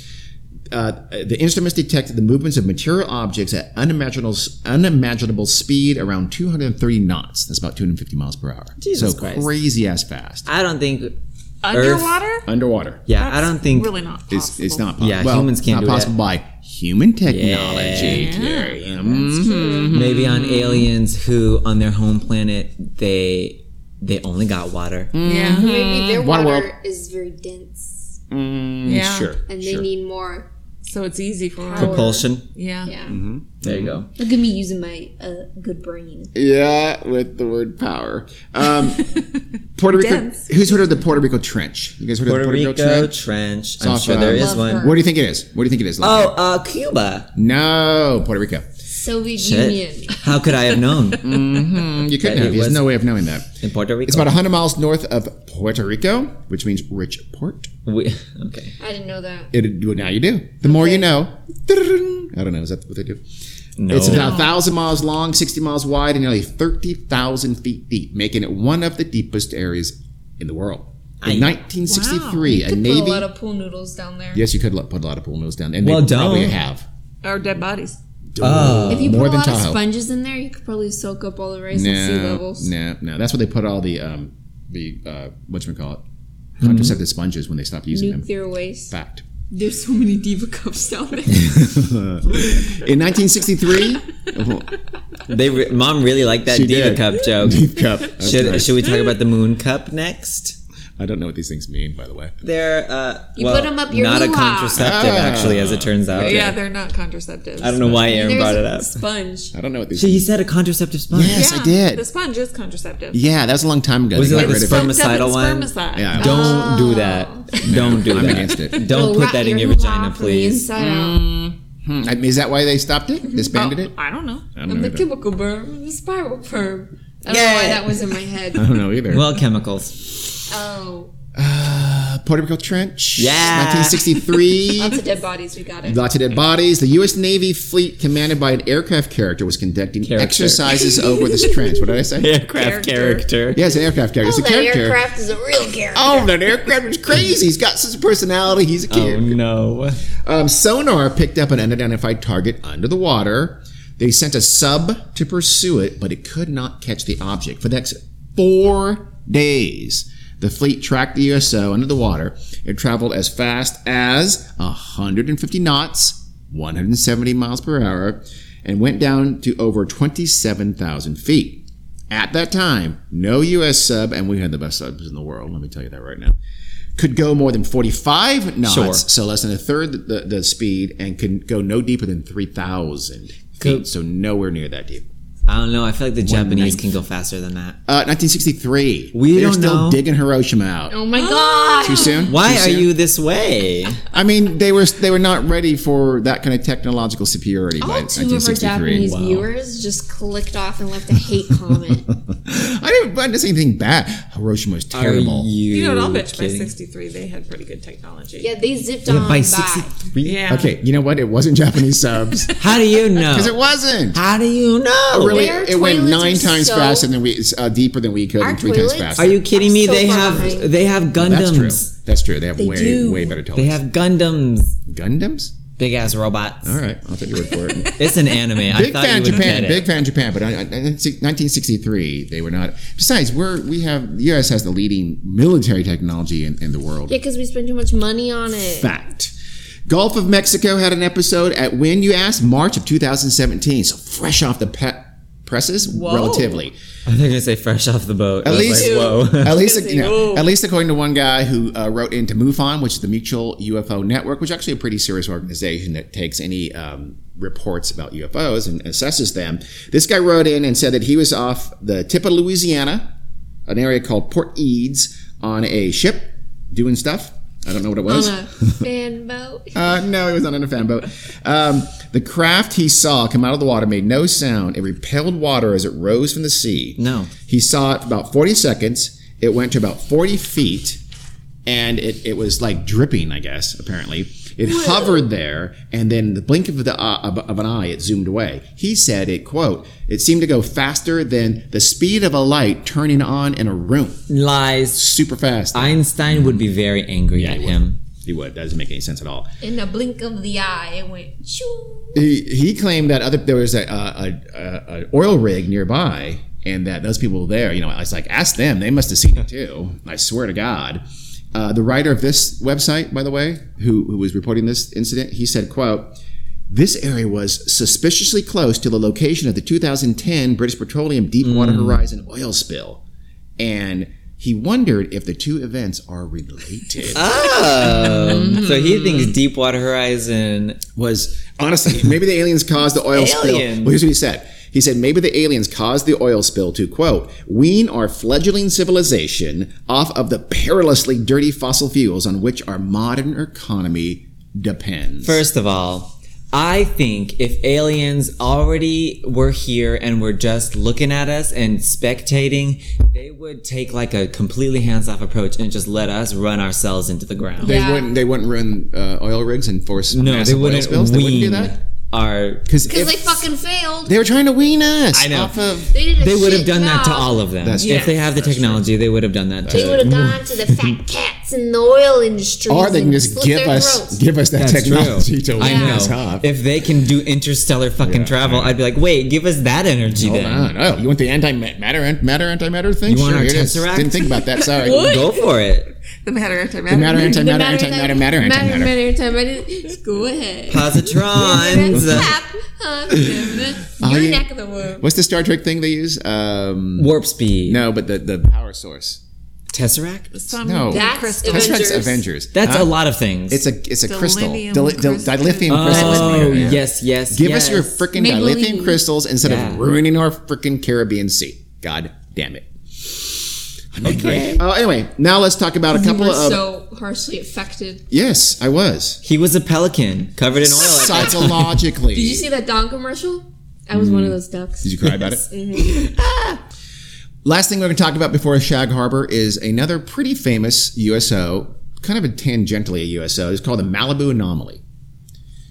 S5: Uh, the instruments detected the movements of material objects at unimaginable unimaginable speed, around 230 knots. That's about 250 miles per hour.
S2: Jesus
S5: so
S2: Christ.
S5: crazy ass fast
S2: I don't think.
S1: Underwater?
S5: underwater.
S2: Yeah, I
S1: That's
S2: don't think.
S1: Really not possible.
S5: It's, it's not possible.
S2: Yeah, humans can't
S5: not
S2: do that.
S5: possible by human technology. Hmm. Carrie.
S3: Hmm.
S2: Maybe on
S5: Mm.
S2: aliens who on their home planet they they only got water.
S1: Yeah.
S3: Maybe their
S5: Water
S3: water,
S5: world.
S3: is very dense
S5: Mm,
S1: Yeah.
S5: Sure.
S3: and they
S5: sure.
S3: need more.
S1: So it's easy for her.
S2: Propulsion.
S1: Yeah.
S3: Yeah.
S2: There you go.
S3: Look at me using my uh, good brain.
S5: Yeah, with the word power.
S3: [LAUGHS]
S5: Um, Puerto Rico.
S1: Dense.
S5: Who's heard of the Puerto Rico Trench? You guys heard
S2: Puerto
S5: of the
S2: Rico,
S5: Puerto Rico Trench?
S2: trench. I'm
S5: Soft
S2: sure there
S5: rock.
S2: is
S3: Love
S2: one.
S3: her.
S5: What do you think it is? What do you think it is?
S2: Oh, uh, Cuba.
S5: no, Puerto Rico.
S3: Soviet
S2: Shit.
S3: Union.
S2: How could I have known?
S5: Mm, you couldn't
S2: Yeah, it
S5: have. There's
S2: was-
S5: no way of knowing that.
S2: In Puerto Rico.
S5: It's about 100 miles north of Puerto Rico, which means rich port.
S2: We- okay.
S3: I didn't know that.
S5: It, well, now you do. The more you know. I don't know. Is that what they do?
S2: No.
S5: It's about 1,000 miles long, 60 miles wide, and nearly 30,000 feet deep, making it one of the deepest areas in the world. In
S2: Aye.
S5: 1963, a
S3: Could put a lot
S5: Navy.
S3: of pool noodles down there.
S5: Yes, you could let- put a lot of pool noodles down. And
S2: Well,
S5: they probably
S2: don't.
S5: have.
S1: Or dead bodies.
S2: Oh.
S3: If you
S5: More
S3: put a
S5: than
S3: lot of
S5: Tahoe.
S3: sponges in there, you could probably soak up all the rice and sea
S5: No,
S3: levels.
S5: no, no. That's where they put all the, um, the uh, whatchamacallit, contraceptive
S2: Mm-hmm.
S5: sponges when they stopped using them.
S3: Nuclear waste.
S5: Fact. [LAUGHS]
S3: There's so many diva cups down there.
S5: In [LAUGHS] Oh, 1963,
S2: They re- mom really liked that
S5: She
S2: diva
S5: did.
S2: cup joke.
S5: Deep Cup. That's
S2: Should
S5: right.
S2: should we talk about the moon cup next?
S5: I don't know what these things mean, by the way.
S2: They're uh,
S3: You
S2: well,
S3: put 'em up your
S2: not a
S3: hoo-ha.
S2: contraceptive
S5: Ah.
S2: actually, as it turns out.
S1: Yeah, they're not contraceptives.
S2: I don't know why Aaron
S3: There's
S2: brought it
S3: a
S2: up.
S3: Sponge.
S5: I don't know what these.
S2: So he said a contraceptive sponge.
S5: Yes, I did.
S1: The sponge is contraceptive.
S5: yeah, that was a long time ago.
S2: Was
S5: They got
S2: it like a
S5: rid of
S2: sperm- Spermicidal
S1: Spermicide.
S2: one?
S1: Spermicide.
S5: Yeah.
S2: Don't do that. Don't do
S5: I'm
S2: that.
S5: against
S2: [LAUGHS]
S5: it.
S2: Don't
S3: Oh. Go
S2: put
S3: Oh, wrap
S2: that in your,
S3: hoo-ha
S2: vagina,
S3: from the
S2: please. Mm.
S3: inside out.
S5: Hmm, I- Is that why they stopped it?
S1: Oh,
S5: Disbanded it?
S1: I don't know.
S5: I don't
S3: And
S5: know
S3: the
S5: either.
S3: chemical berm, and the spiral perm.
S2: [LAUGHS]
S3: I don't know why that was in my head.
S5: I don't know either.
S2: Well, chemicals.
S3: Oh.
S5: Uh, [SIGHS] Puerto Rico Trench.
S2: Yeah.
S3: [LAUGHS]
S5: 1963.
S3: Lots of dead bodies. We got it.
S5: Lots of dead bodies. The U.S. Navy fleet, commanded by an aircraft character, was conducting
S2: Character.
S5: exercises over this trench. What did I
S2: [LAUGHS]
S5: say?
S2: Aircraft character.
S5: Yeah, it's an aircraft character. it's
S3: Oh,
S5: a
S3: that
S5: character.
S3: aircraft is a real character.
S5: Oh, that aircraft was crazy. He's got such a personality. He's a
S2: Oh
S5: kid.
S2: no.
S5: Um, sonar picked up an unidentified target under the water. They sent a sub to pursue it, but it could not catch the object. For the next four days, the fleet tracked the USO under the water. It traveled as fast as 150 knots, 170 miles per hour, and went down to over 27,000 feet. At that time, no U.S. sub, and we had the best subs in the world, let me tell you that right now, could go more than 45 knots,
S2: Sure.
S5: so less than a third the, the, the speed, and could go no deeper than 3,000 feet,
S2: Cool.
S5: so nowhere near that deep.
S2: I don't know. I feel like the Japanese can go faster than that.
S5: Uh, 1963.
S2: We
S5: They're
S2: don't
S5: still
S2: know.
S5: digging Hiroshima out.
S3: Oh my god.
S5: Too soon?
S2: Why
S5: Too
S2: are
S5: soon?
S2: you this way?
S5: I mean, they were they were not ready for that kind of technological superiority by
S3: All two of our
S5: 1963.
S3: Japanese viewers just clicked off and left a hate comment.
S2: [LAUGHS]
S5: I didn't, I didn't say anything bad. Hiroshima was terrible.
S2: Are you,
S1: You know what? I'll bet you by
S2: kidding?
S1: 63 they had pretty good technology.
S3: yeah, they zipped
S2: Yeah,
S3: on
S2: by
S3: by.
S2: 63?
S1: Yeah.
S5: Okay, you know what? It wasn't Japanese
S3: [LAUGHS]
S5: subs because
S2: How do
S5: [LAUGHS]
S2: you know?
S5: it wasn't.
S2: How do you know?
S5: really,
S3: Their
S5: it went
S3: toilets
S5: nine
S3: are
S5: times
S3: so-
S5: faster than we uh, deeper than we could,
S3: Our
S5: and three
S3: toilets
S5: times faster.
S2: Are you kidding me?
S3: so
S2: they
S3: far
S2: have
S3: behind.
S2: they have
S5: That's true.
S2: Gundams.
S5: That's true. They have way
S3: do.
S5: way better toilets.
S2: They have Gundams.
S5: Gundams.
S2: Big ass robots.
S5: All right, I'll take your word for [LAUGHS] it.
S2: It's an anime. I
S5: Big
S2: thought
S5: fan
S2: you would
S5: Japan,
S2: get it.
S5: big fan Japan, but I- I- I- 1963 they were not. Besides, we're we have the U.S. has the leading military technology in, in the world.
S3: Yeah, because we spend too much money on it.
S5: Fact. Gulf of Mexico had an episode at when you asked March of 2017, so fresh off the pe- presses, relatively.
S2: I was gonna say fresh off the boat. I
S5: At
S2: was
S5: least,
S2: like, whoa.
S5: [LAUGHS] at least, you know, at least according to one guy who uh, wrote into MUFON, which is the Mutual UFO Network, which is actually a pretty serious organization that takes any um, reports about UFOs and assesses them. This guy wrote in and said that he was off the tip of Louisiana, an area called Port Eads, on a ship doing stuff. I don't know what it was.
S2: [LAUGHS]
S3: On a fan boat.
S5: Uh, no, it was not in a fan boat. Um, the craft he saw come out of the water made no sound. It repelled water as it rose from the sea.
S2: No.
S5: He saw it for about 40 seconds. It went to about 40 feet, and it, it was like dripping, I guess, apparently. It hovered there, and then the blink of, the, uh, of, of an eye, it zoomed away. He said it, quote, it seemed to go faster than the speed of a light turning on in a room.
S2: [LAUGHS] Lies.
S5: Super fast.
S2: Einstein would be very angry at
S5: he would. [LAUGHS]
S2: him.
S5: he would. That doesn't make any sense at all.
S3: In the blink of the eye, it went shoo.
S5: he, he claimed that other there was a, a, a, a oil rig nearby and that those people there you know i was like ask them they must have seen it too i swear to god uh, the writer of this website by the way who, who was reporting this incident he said quote this area was suspiciously close to the location of the 2010 british petroleum deepwater horizon oil spill and he wondered if the two events are related
S2: Oh. so he thinks Deepwater Horizon.
S5: was honestly maybe the aliens caused the oil spill.
S2: Aliens.
S5: Well, here's what he said. He said maybe the aliens caused the oil spill to quote wean our fledgling civilization off of the perilously dirty fossil fuels on which our modern economy depends.
S2: First of all, I think if aliens already were here and were just looking at us and spectating, they would take like a completely hands-off approach and just let us run ourselves into the ground.
S5: they
S3: Yeah.
S5: wouldn't they wouldn't ruin uh, oil rigs and force
S2: no, they
S5: massive oil
S2: wouldn't.
S5: spills. They wouldn't do
S2: wean
S5: that
S2: Our
S5: because
S3: Because they fucking failed.
S5: they were trying to wean us
S2: I know.
S5: off of
S3: They, did a
S2: they would have
S3: shit
S2: done that to
S3: job.
S2: all of them.
S5: That's
S2: if
S5: true.
S2: they have the technology, they would have done that
S3: They would
S2: too.
S3: have gone to the
S5: [LAUGHS]
S3: fat cats in the oil industry.
S5: or they can just give us [LAUGHS] give us that
S2: That's
S5: technology
S2: true.
S5: to
S2: I
S5: wean
S2: know.
S5: us off.
S2: If they can do interstellar fucking travel, I'd be like, wait, give us that energy
S5: Hold
S2: then.
S5: on. Oh, you want the antimatter, ant- matter, antimatter thing?
S2: You want our
S5: here it is.
S2: Tesseract?
S5: Didn't think about that.
S2: [LAUGHS]
S5: Sorry.
S2: Go for it. [LAUGHS]
S1: The matter antimatter.
S5: The matter,
S1: antimatter.
S5: antimatter, antimatter, matter, antimatter.
S3: Go ahead.
S2: Positrons.
S3: Clap,
S5: [LAUGHS]
S3: huh, Your
S5: Oh, yeah.
S3: neck of the world.
S5: What's the Star Trek thing they use? Um,
S2: Warp speed.
S5: no, but the, the power source.
S2: Tesseract?
S1: Some
S5: No.
S1: That's
S3: That's
S1: crystal.
S5: That's
S3: Avengers.
S5: Avengers.
S2: That's
S5: Huh?
S2: a lot of things.
S5: It's a it's a crystal.
S1: Dilithium
S5: Dili- dil-
S1: crystal.
S5: dilithium crystal. is
S2: oh,
S5: what it is.
S2: yes, yes.
S5: Give
S2: yes.
S5: us your freaking dilithium
S3: Maybelline.
S5: crystals instead
S2: Yeah.
S5: of ruining our freaking Caribbean Sea. God damn it. Okay. Oh, anyway, now let's talk about a
S3: You
S5: couple
S3: were
S5: of.
S3: so harshly affected.
S5: yes, I was.
S2: He was a pelican covered in oil.
S5: Psychologically.
S3: Did you see that Don commercial? I was one of those ducks.
S5: Did you cry about it? Ah! [LAUGHS] Last thing we're going to talk about before Shag Harbor is another pretty famous USO kind of a tangentially a USO. It's called the Malibu Anomaly.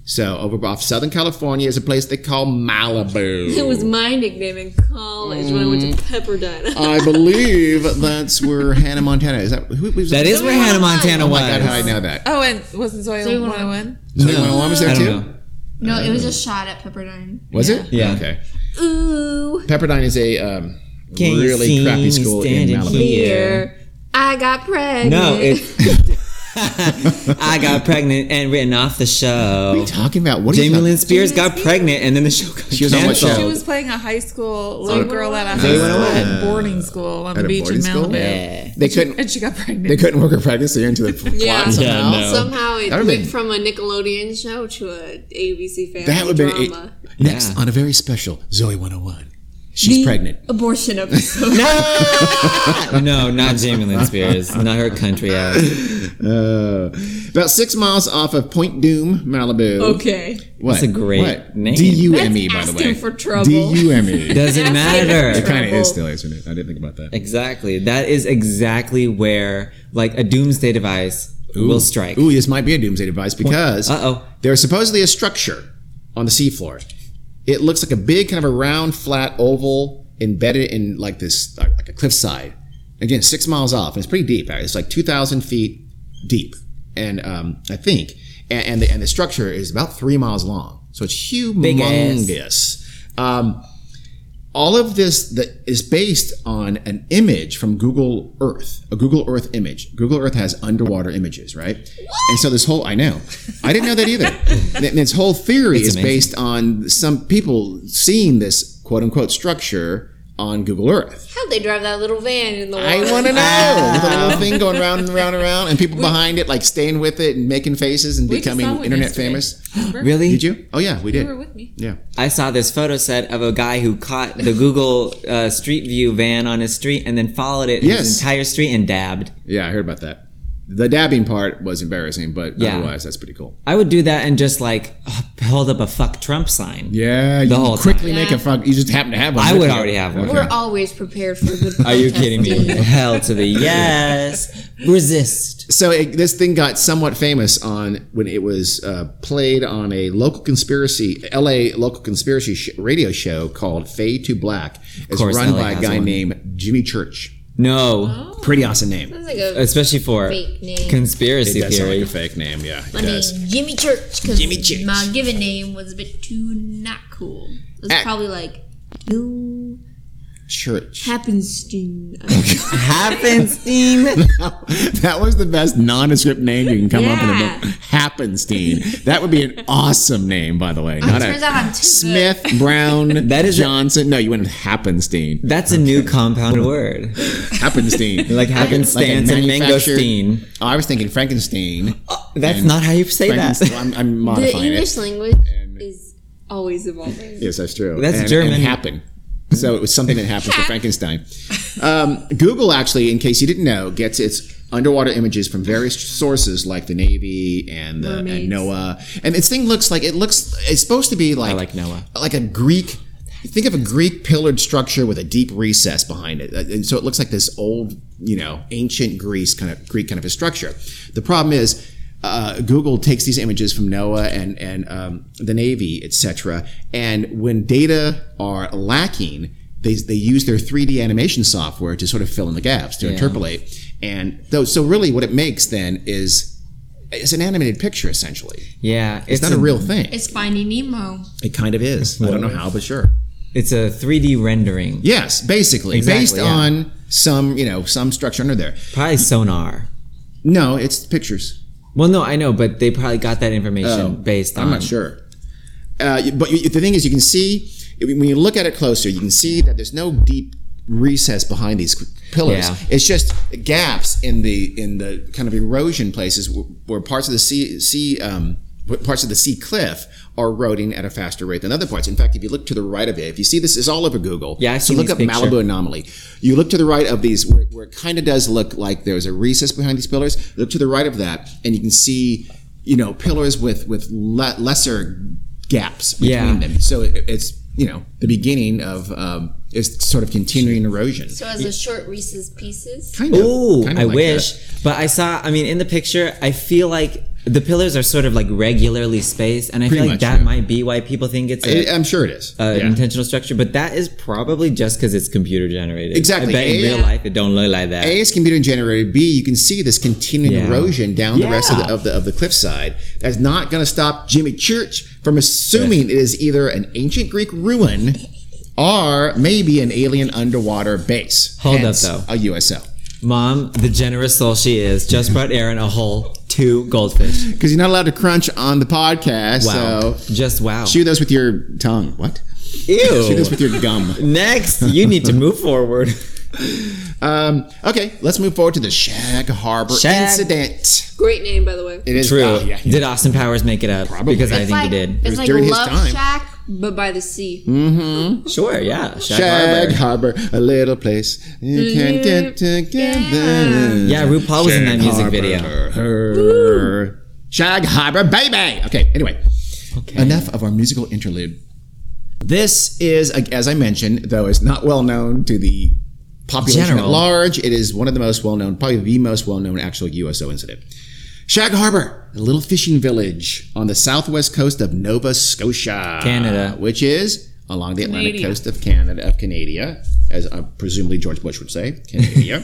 S5: So over off Southern California is a place they call Malibu.
S3: It was my nickname in college when I went to Pepperdine.
S5: I believe that's [LAUGHS] where Hannah Montana is. That who, who was
S2: That is where
S3: Someone
S2: Hannah
S3: online.
S2: Montana
S5: Oh
S2: was.
S5: my god, how did I know that?
S1: Oh, and wasn't Zoe
S3: Zoe
S1: 101?
S5: So you wanna- was
S2: I
S5: there
S2: don't
S5: too?
S2: know.
S3: no, it was a shot at Pepperdine.
S5: Was it?
S2: Yeah.
S5: Okay.
S3: Ooh,
S5: Pepperdine is a um,
S2: Can you see
S5: really
S2: me
S5: crappy school in
S2: standing
S5: Malibu.
S2: here?
S3: I got pregnant.
S2: No, it's. [LAUGHS] I got pregnant and written off the
S5: What are you
S2: show.
S5: talking about? What are you
S2: Jamie Lynn
S5: talking
S2: Spears got pregnant, and then the show got
S5: She was on what
S2: canceled.
S5: show?
S1: She was playing a high school little girl at a
S2: Zoe
S1: high
S2: 101.
S1: school boarding school on
S5: oh At
S1: the
S5: a
S1: beach in
S5: boarding school?
S1: Malibu.
S2: Yeah.
S5: They couldn't.
S1: And she got pregnant.
S5: They couldn't work her pregnancy into the plot
S3: [LAUGHS] Yeah.
S5: somehow.
S2: Yeah, no.
S3: Somehow it
S5: That would've Oh.
S3: went
S5: been-
S3: from a Nickelodeon show to a ABC family
S5: That would have been
S3: drama.
S5: a, next
S2: Yeah.
S5: on a very special Zoe 101. She's pregnant.
S3: Abortion episode.
S2: [LAUGHS] no, not Jamie Lynn Spears. Not her country
S5: [LAUGHS]
S2: ass.
S5: Uh, about six miles off of Point Doom, Malibu.
S3: okay.
S5: what?
S2: That's a great name.
S5: D U M E, by
S3: That's
S5: the
S3: asking
S5: way.
S3: for trouble.
S5: D U
S3: [LAUGHS]
S5: M E.
S2: Doesn't matter.
S5: It kind of
S3: trouble.
S5: is still, isn't it? I didn't think about that.
S2: Exactly. That is exactly where, like, a doomsday device will strike.
S5: Ooh, this might be a doomsday device because
S2: Uh oh.
S5: there's supposedly a structure on the seafloor. It looks like a big, kind of a round, flat oval embedded in like this, like a cliffside. Again, six miles off, and it's pretty deep. It's like 2,000 feet deep, and um, I think, and, and the and the structure is about three miles long, so it's
S2: ass.
S5: humongous. Um, all of this that is based on an image from Google Earth, a Google Earth image. Google Earth has underwater images, right? And so this whole I know, I didn't know that
S2: [LAUGHS]
S5: either. Th- this whole theory is
S2: amazing.
S5: based on some people seeing this quote unquote structure on Google Earth.
S3: How'd they drive that little van in the water?
S5: I want to know with a little thing going round and round and round, and people behind it like staying with it and making faces and
S1: We just saw
S5: becoming
S1: one
S5: internet
S1: yesterday.
S5: famous.
S2: Really?
S5: Did you? Oh yeah, we
S1: You were
S5: did.
S1: with me.
S5: Yeah.
S2: I saw this photo set of a guy who caught the Google uh, Street View van on his street and then followed it his
S5: Yes.
S2: entire street and dabbed.
S5: Yeah, I heard about that. The dabbing part was embarrassing, but
S2: Yeah.
S5: otherwise, that's pretty cool.
S2: I would do that and just like hold up a fuck Trump sign.
S5: Yeah, you
S2: The whole
S5: quickly
S3: time.
S5: make a fuck. You just happen to have one.
S2: I
S5: with
S2: would
S5: you.
S2: already have
S3: [LAUGHS]
S2: one.
S3: We're always prepared for good.
S2: Are you kidding me? [LAUGHS] Hell to the yes. Resist.
S5: So it, this thing got somewhat famous on when it was uh, played on a local conspiracy, L.A. local conspiracy sh- radio show called Fade to Black. It's
S2: course,
S5: run
S2: LA
S5: by a
S2: has
S5: guy
S2: one.
S5: named Jimmy Church.
S2: No.
S5: Pretty awesome name.
S3: Sounds like a
S2: Especially for
S3: fake name.
S2: conspiracy
S5: That's like
S2: theory.
S5: a [LAUGHS] fake name. Yeah, it
S3: My name
S5: does.
S3: Jimmy Church because
S5: Jimmy Church.
S3: my given name was a bit too not cool. It was
S5: Act-
S3: probably like Bill
S5: Church. [LAUGHS]
S3: Happenstein.
S5: [LAUGHS]
S2: Happenstein.
S5: that was the best nondescript name you can come up
S3: Yeah.
S5: with. Happenstein. That would be an awesome name, by the way. Not
S3: turns out I'm
S5: a
S3: too
S5: Smith Brown.
S2: [LAUGHS] That is a-
S5: Johnson. no, you went with Happenstein.
S2: That's a new
S5: [LAUGHS]
S2: compound word.
S5: Happenstein.
S2: [LAUGHS] Like happenstance and
S5: manufactured-
S2: mangosteen.
S5: Oh, I was thinking Frankenstein.
S2: That's
S5: And
S2: not how you say that.
S5: Frankenstein. I'm, I'm
S3: the
S5: modifying
S3: English
S5: it.
S3: language is always evolving.
S5: Yes, that's true.
S2: That's
S5: and,
S2: German.
S5: And happen. So it was something that happened to Frankenstein. Um, Google actually, in case you didn't know, gets its underwater images from various sources like the Navy and, the, and
S3: Mermaids.
S5: NOAA. And this thing looks like it looks. It's supposed to be like
S2: like NOAA.
S5: like a Greek. Think of a Greek pillared structure with a deep recess behind it, Uh, and so it looks like this old, you know, ancient Greece kind of Greek kind of a structure. The problem is. Uh, Google takes these images from NOAA and and um, the Navy, etc. And when data are lacking, they, they use their 3D animation software to sort of fill in the gaps to interpolate. And though, so really, what it makes then is it's an animated picture essentially.
S2: [LAUGHS] Yeah.
S5: It's, not a, real thing.
S3: It's Finding Nemo.
S5: It kind of is. I don't know how, but sure.
S2: It's a 3D rendering.
S5: Yes, basically,
S2: Exactly,
S5: based
S2: yeah.
S5: on some, you know, some structure under there.
S2: Probably sonar.
S5: No, it's pictures.
S2: Well, no, I know, but they probably got that information based on.
S5: Oh, I'm not sure. Uh, you- but you, the thing is, you can see when you look at it closer, you can see that there's no deep recess behind these pillars.
S2: Yeah.
S5: It's just gaps in the in the kind of erosion places where, where parts of the sea sea um, where parts of the sea cliff are eroding at a faster rate than other parts. In fact, if you look to the right of it, if you see this is all over Google.
S2: Yeah, I've
S5: so
S2: seen
S5: look
S2: these
S5: up
S2: picture.
S5: Malibu anomaly. You look to the right of these where, where it kind of does look like there's a recess behind these pillars. Look to the right of that, and you can see you know pillars with with le- lesser gaps between
S2: Yeah.
S5: them. So it, it's you know the beginning of um, it's sort of continuing erosion.
S3: So as a short Reese's Pieces.
S5: Kind
S2: Ooh,
S5: kind
S2: I
S5: like
S2: wish.
S5: that.
S2: But I saw, I mean, in the picture, I feel like the pillars are sort of like regularly spaced, and I
S5: Pretty
S2: feel like
S5: much,
S2: that
S5: yeah.
S2: might be why people think it's a,
S5: I, am sure it is.
S2: a
S5: Yeah.
S2: intentional structure. But that is probably just because it's computer generated.
S5: Exactly.
S2: I bet in
S5: Yeah.
S2: real life it don't look like that.
S5: A is computer generated. B, you can see this continuing
S2: Yeah.
S5: erosion down the rest of the,
S2: Yeah.
S5: of the of the cliffside. That's not going to stop Jimmy Church from assuming it is either an ancient Greek ruin or maybe an alien underwater base.
S2: Hold up,
S5: Hence,
S2: though.
S5: a USO.
S2: Mom, the generous soul she is, just brought Aaron a whole two goldfish.
S5: Because you're not allowed to crunch on the podcast.
S2: Wow.
S5: So
S2: just wow.
S5: chew those with your tongue. What? Chew
S2: Ew.
S5: those with your gum.
S2: Next, you need to move forward.
S5: Um, okay, let's move forward to the Shag Harbor
S2: Shag-
S5: incident.
S6: Great name, by the way.
S5: It is
S2: True.
S5: oh, yeah.
S2: Did Austin Powers make it up?
S5: Probably.
S2: Because I
S6: It's
S2: think
S6: like,
S2: he did. Mm.
S6: It's like
S5: during his
S6: Love
S5: time.
S6: Shack, but by the sea.
S2: Sure, yeah. Shag
S5: Shag
S2: Harbor.
S5: Harbor, a little place you can get together.
S2: Yeah, RuPaul was in that music video.
S5: video. Shag Harbor, baby. Okay. Anyway, enough of our musical interlude. This is, ag- as I mentioned, though, is not well known to the population at
S2: General.
S5: large. It is one of the most well known, probably the most well known actual USO incident. Shag Harbor, a little fishing village on the southwest coast of Nova Scotia,
S2: Canada.
S5: which is along the Atlantic coast of Canada, of Canada, as uh, presumably George Bush would say,
S6: [LAUGHS]
S5: Canada.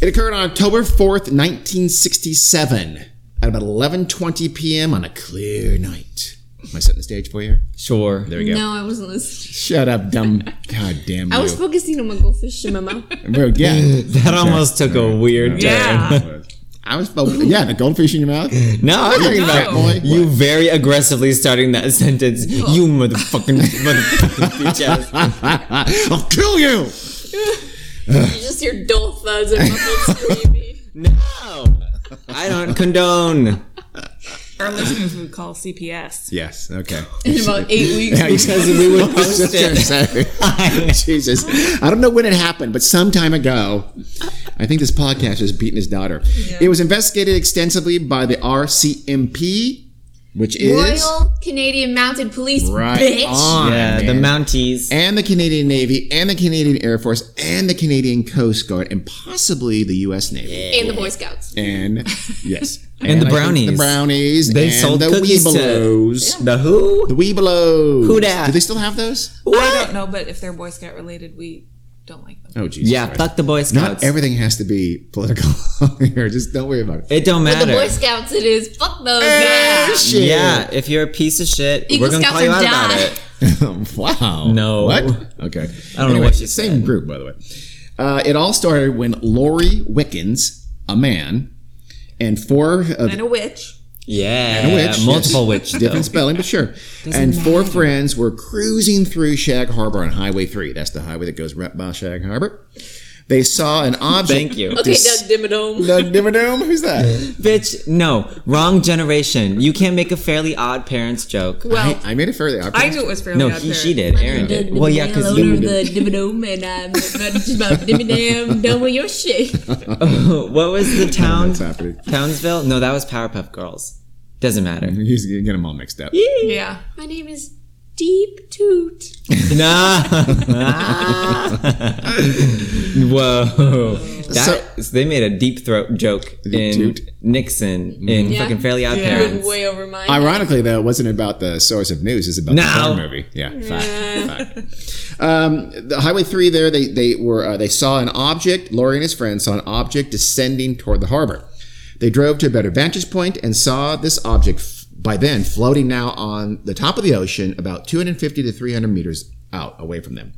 S5: it occurred on October 4th, 1967, at about 11:20 p.m. on a clear night. Am I setting the stage for you?
S2: Sure.
S5: There we go.
S6: No, I wasn't listening.
S5: Shut up, dumb. [LAUGHS] God damn you.
S6: I was focusing on my goldfish in my [LAUGHS] mouth.
S5: Bro, yeah.
S2: That almost took a weird turn.
S5: [LAUGHS] I was focused. Yeah, the goldfish in your
S6: [LAUGHS]
S5: mouth. [LAUGHS]
S2: No, I'm talking
S5: Fat
S2: about
S5: boy.
S2: you very aggressively starting that [LAUGHS] sentence. You motherfucking
S5: [LAUGHS]
S2: motherfucking bitch ass.
S5: I'll kill you.
S6: you just hear dull thuds and muffled screaming.
S2: No, I don't condone.
S1: Our listeners would call CPS.
S5: Yes. Okay.
S2: [LAUGHS]
S6: In about
S5: [LAUGHS]
S6: eight weeks,
S2: Because we would post it. [LAUGHS]
S5: [LAUGHS] Jesus. Jesus. I don't know when it happened, but some time ago, I think this podcast was beating his daughter. It was investigated extensively by the RCMP, which is
S3: Royal Canadian Mounted Police.
S5: right
S3: bitch.
S5: on,
S2: Yeah, the
S5: man.
S2: Mounties.
S5: and the Canadian Navy and the Canadian Air Force and the Canadian Coast Guard and possibly the U.S. Navy
S6: and the Boy Scouts.
S5: and
S2: [LAUGHS]
S5: yes and,
S2: the
S5: I think the
S2: brownies.
S5: brownies
S2: They
S5: and
S2: sold
S5: the
S2: cookies to-
S5: Weebelows.
S2: The who?
S5: The Weebelows.
S2: Who dat?
S5: Do they still have those?
S1: I don't know, but if they're Boy Scout related, we don't like them.
S5: Oh, Jesus.
S2: Yeah,
S5: Christ.
S2: fuck the Boy
S5: Not
S2: Scouts.
S5: everything has to be political [LAUGHS] here. Just don't worry about it.
S2: it don't
S3: The Boy
S2: matter.
S3: Scouts it is. Fuck those.
S5: Oh, shit.
S2: Yeah, if you're a piece of shit,
S3: Eagle
S2: we're gonna
S3: Scouts
S2: call you
S3: are
S2: out about
S3: die.
S5: [LAUGHS]
S2: it.
S5: wow.
S2: No.
S5: What? Okay. I
S2: don't know what she
S5: Same group, by the way. Uh, it all started when Lori Wickens, a man, and four of
S1: And a witch.
S2: Yeah,
S5: a witch,
S2: multiple
S5: yes.
S2: witch. though.
S5: Different spelling, but sure. and four friends were cruising through Shag Harbor on Highway 3. That's the highway that goes right by Shag Harbor. They saw
S2: [LAUGHS]
S5: an object.
S2: Thank you.
S6: Okay,
S5: Dis-
S6: Doug Dimmadome.
S5: Doug Dimmadome? Who's that?
S2: Bitch, no. Wrong generation. You can't make a fairly odd parents joke.
S1: Well,
S5: I made it fairly obvious.
S1: I knew it was fairly
S2: No,
S1: out
S2: he,
S1: there.
S2: she did. Aaron did. Well, yeah, because
S3: owner
S2: you.
S3: of the Dimmadome, and I'm just about
S6: [LAUGHS]
S3: Dimmadome. Done with your shit.
S2: [LAUGHS] what
S5: [LAUGHS]
S2: was the town?
S5: That's happening.
S2: Townsville? No, that was Powerpuff Girls. Doesn't
S5: [LAUGHS]
S2: matter.
S5: He's getting them all mixed up. [LAUGHS]
S1: Yeah.
S3: My name is Deep Toot.
S2: nah.
S5: [LAUGHS]
S2: Whoa. That, they made a deep throat joke in
S5: toot.
S2: Nixon in
S5: Mm-hmm.
S2: fucking Fairly Odd Parents.
S6: Way over mine.
S5: Ironically, though, it wasn't about the source of news. It's about the porn
S2: No.
S5: movie. Yeah, fact. fact. Um, the Highway Three. There, they they were uh, they saw an object. Laurie and his friend saw an object descending toward the harbor. They drove to a better vantage point and saw this object f- by then floating now on the top of the ocean, about 250 to 300 meters out away from them.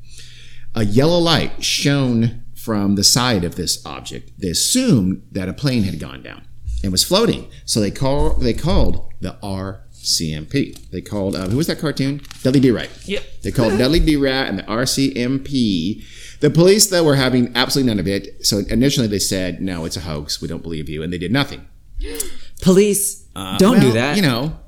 S5: A yellow light shone from the side of this object. They assumed that a plane had gone down and was floating, so they call they called the RCMP. They called uh, who was that cartoon? Dudley D. Wright.
S1: Yep.
S5: They
S2: [LAUGHS]
S5: called Dudley D. Wright and the RCMP. The police though were having absolutely none of it. So initially they said, "No, it's a hoax. We don't believe you," and they did nothing.
S2: Police, Uh, don't do
S5: Uh, Well,
S2: that.
S5: You know.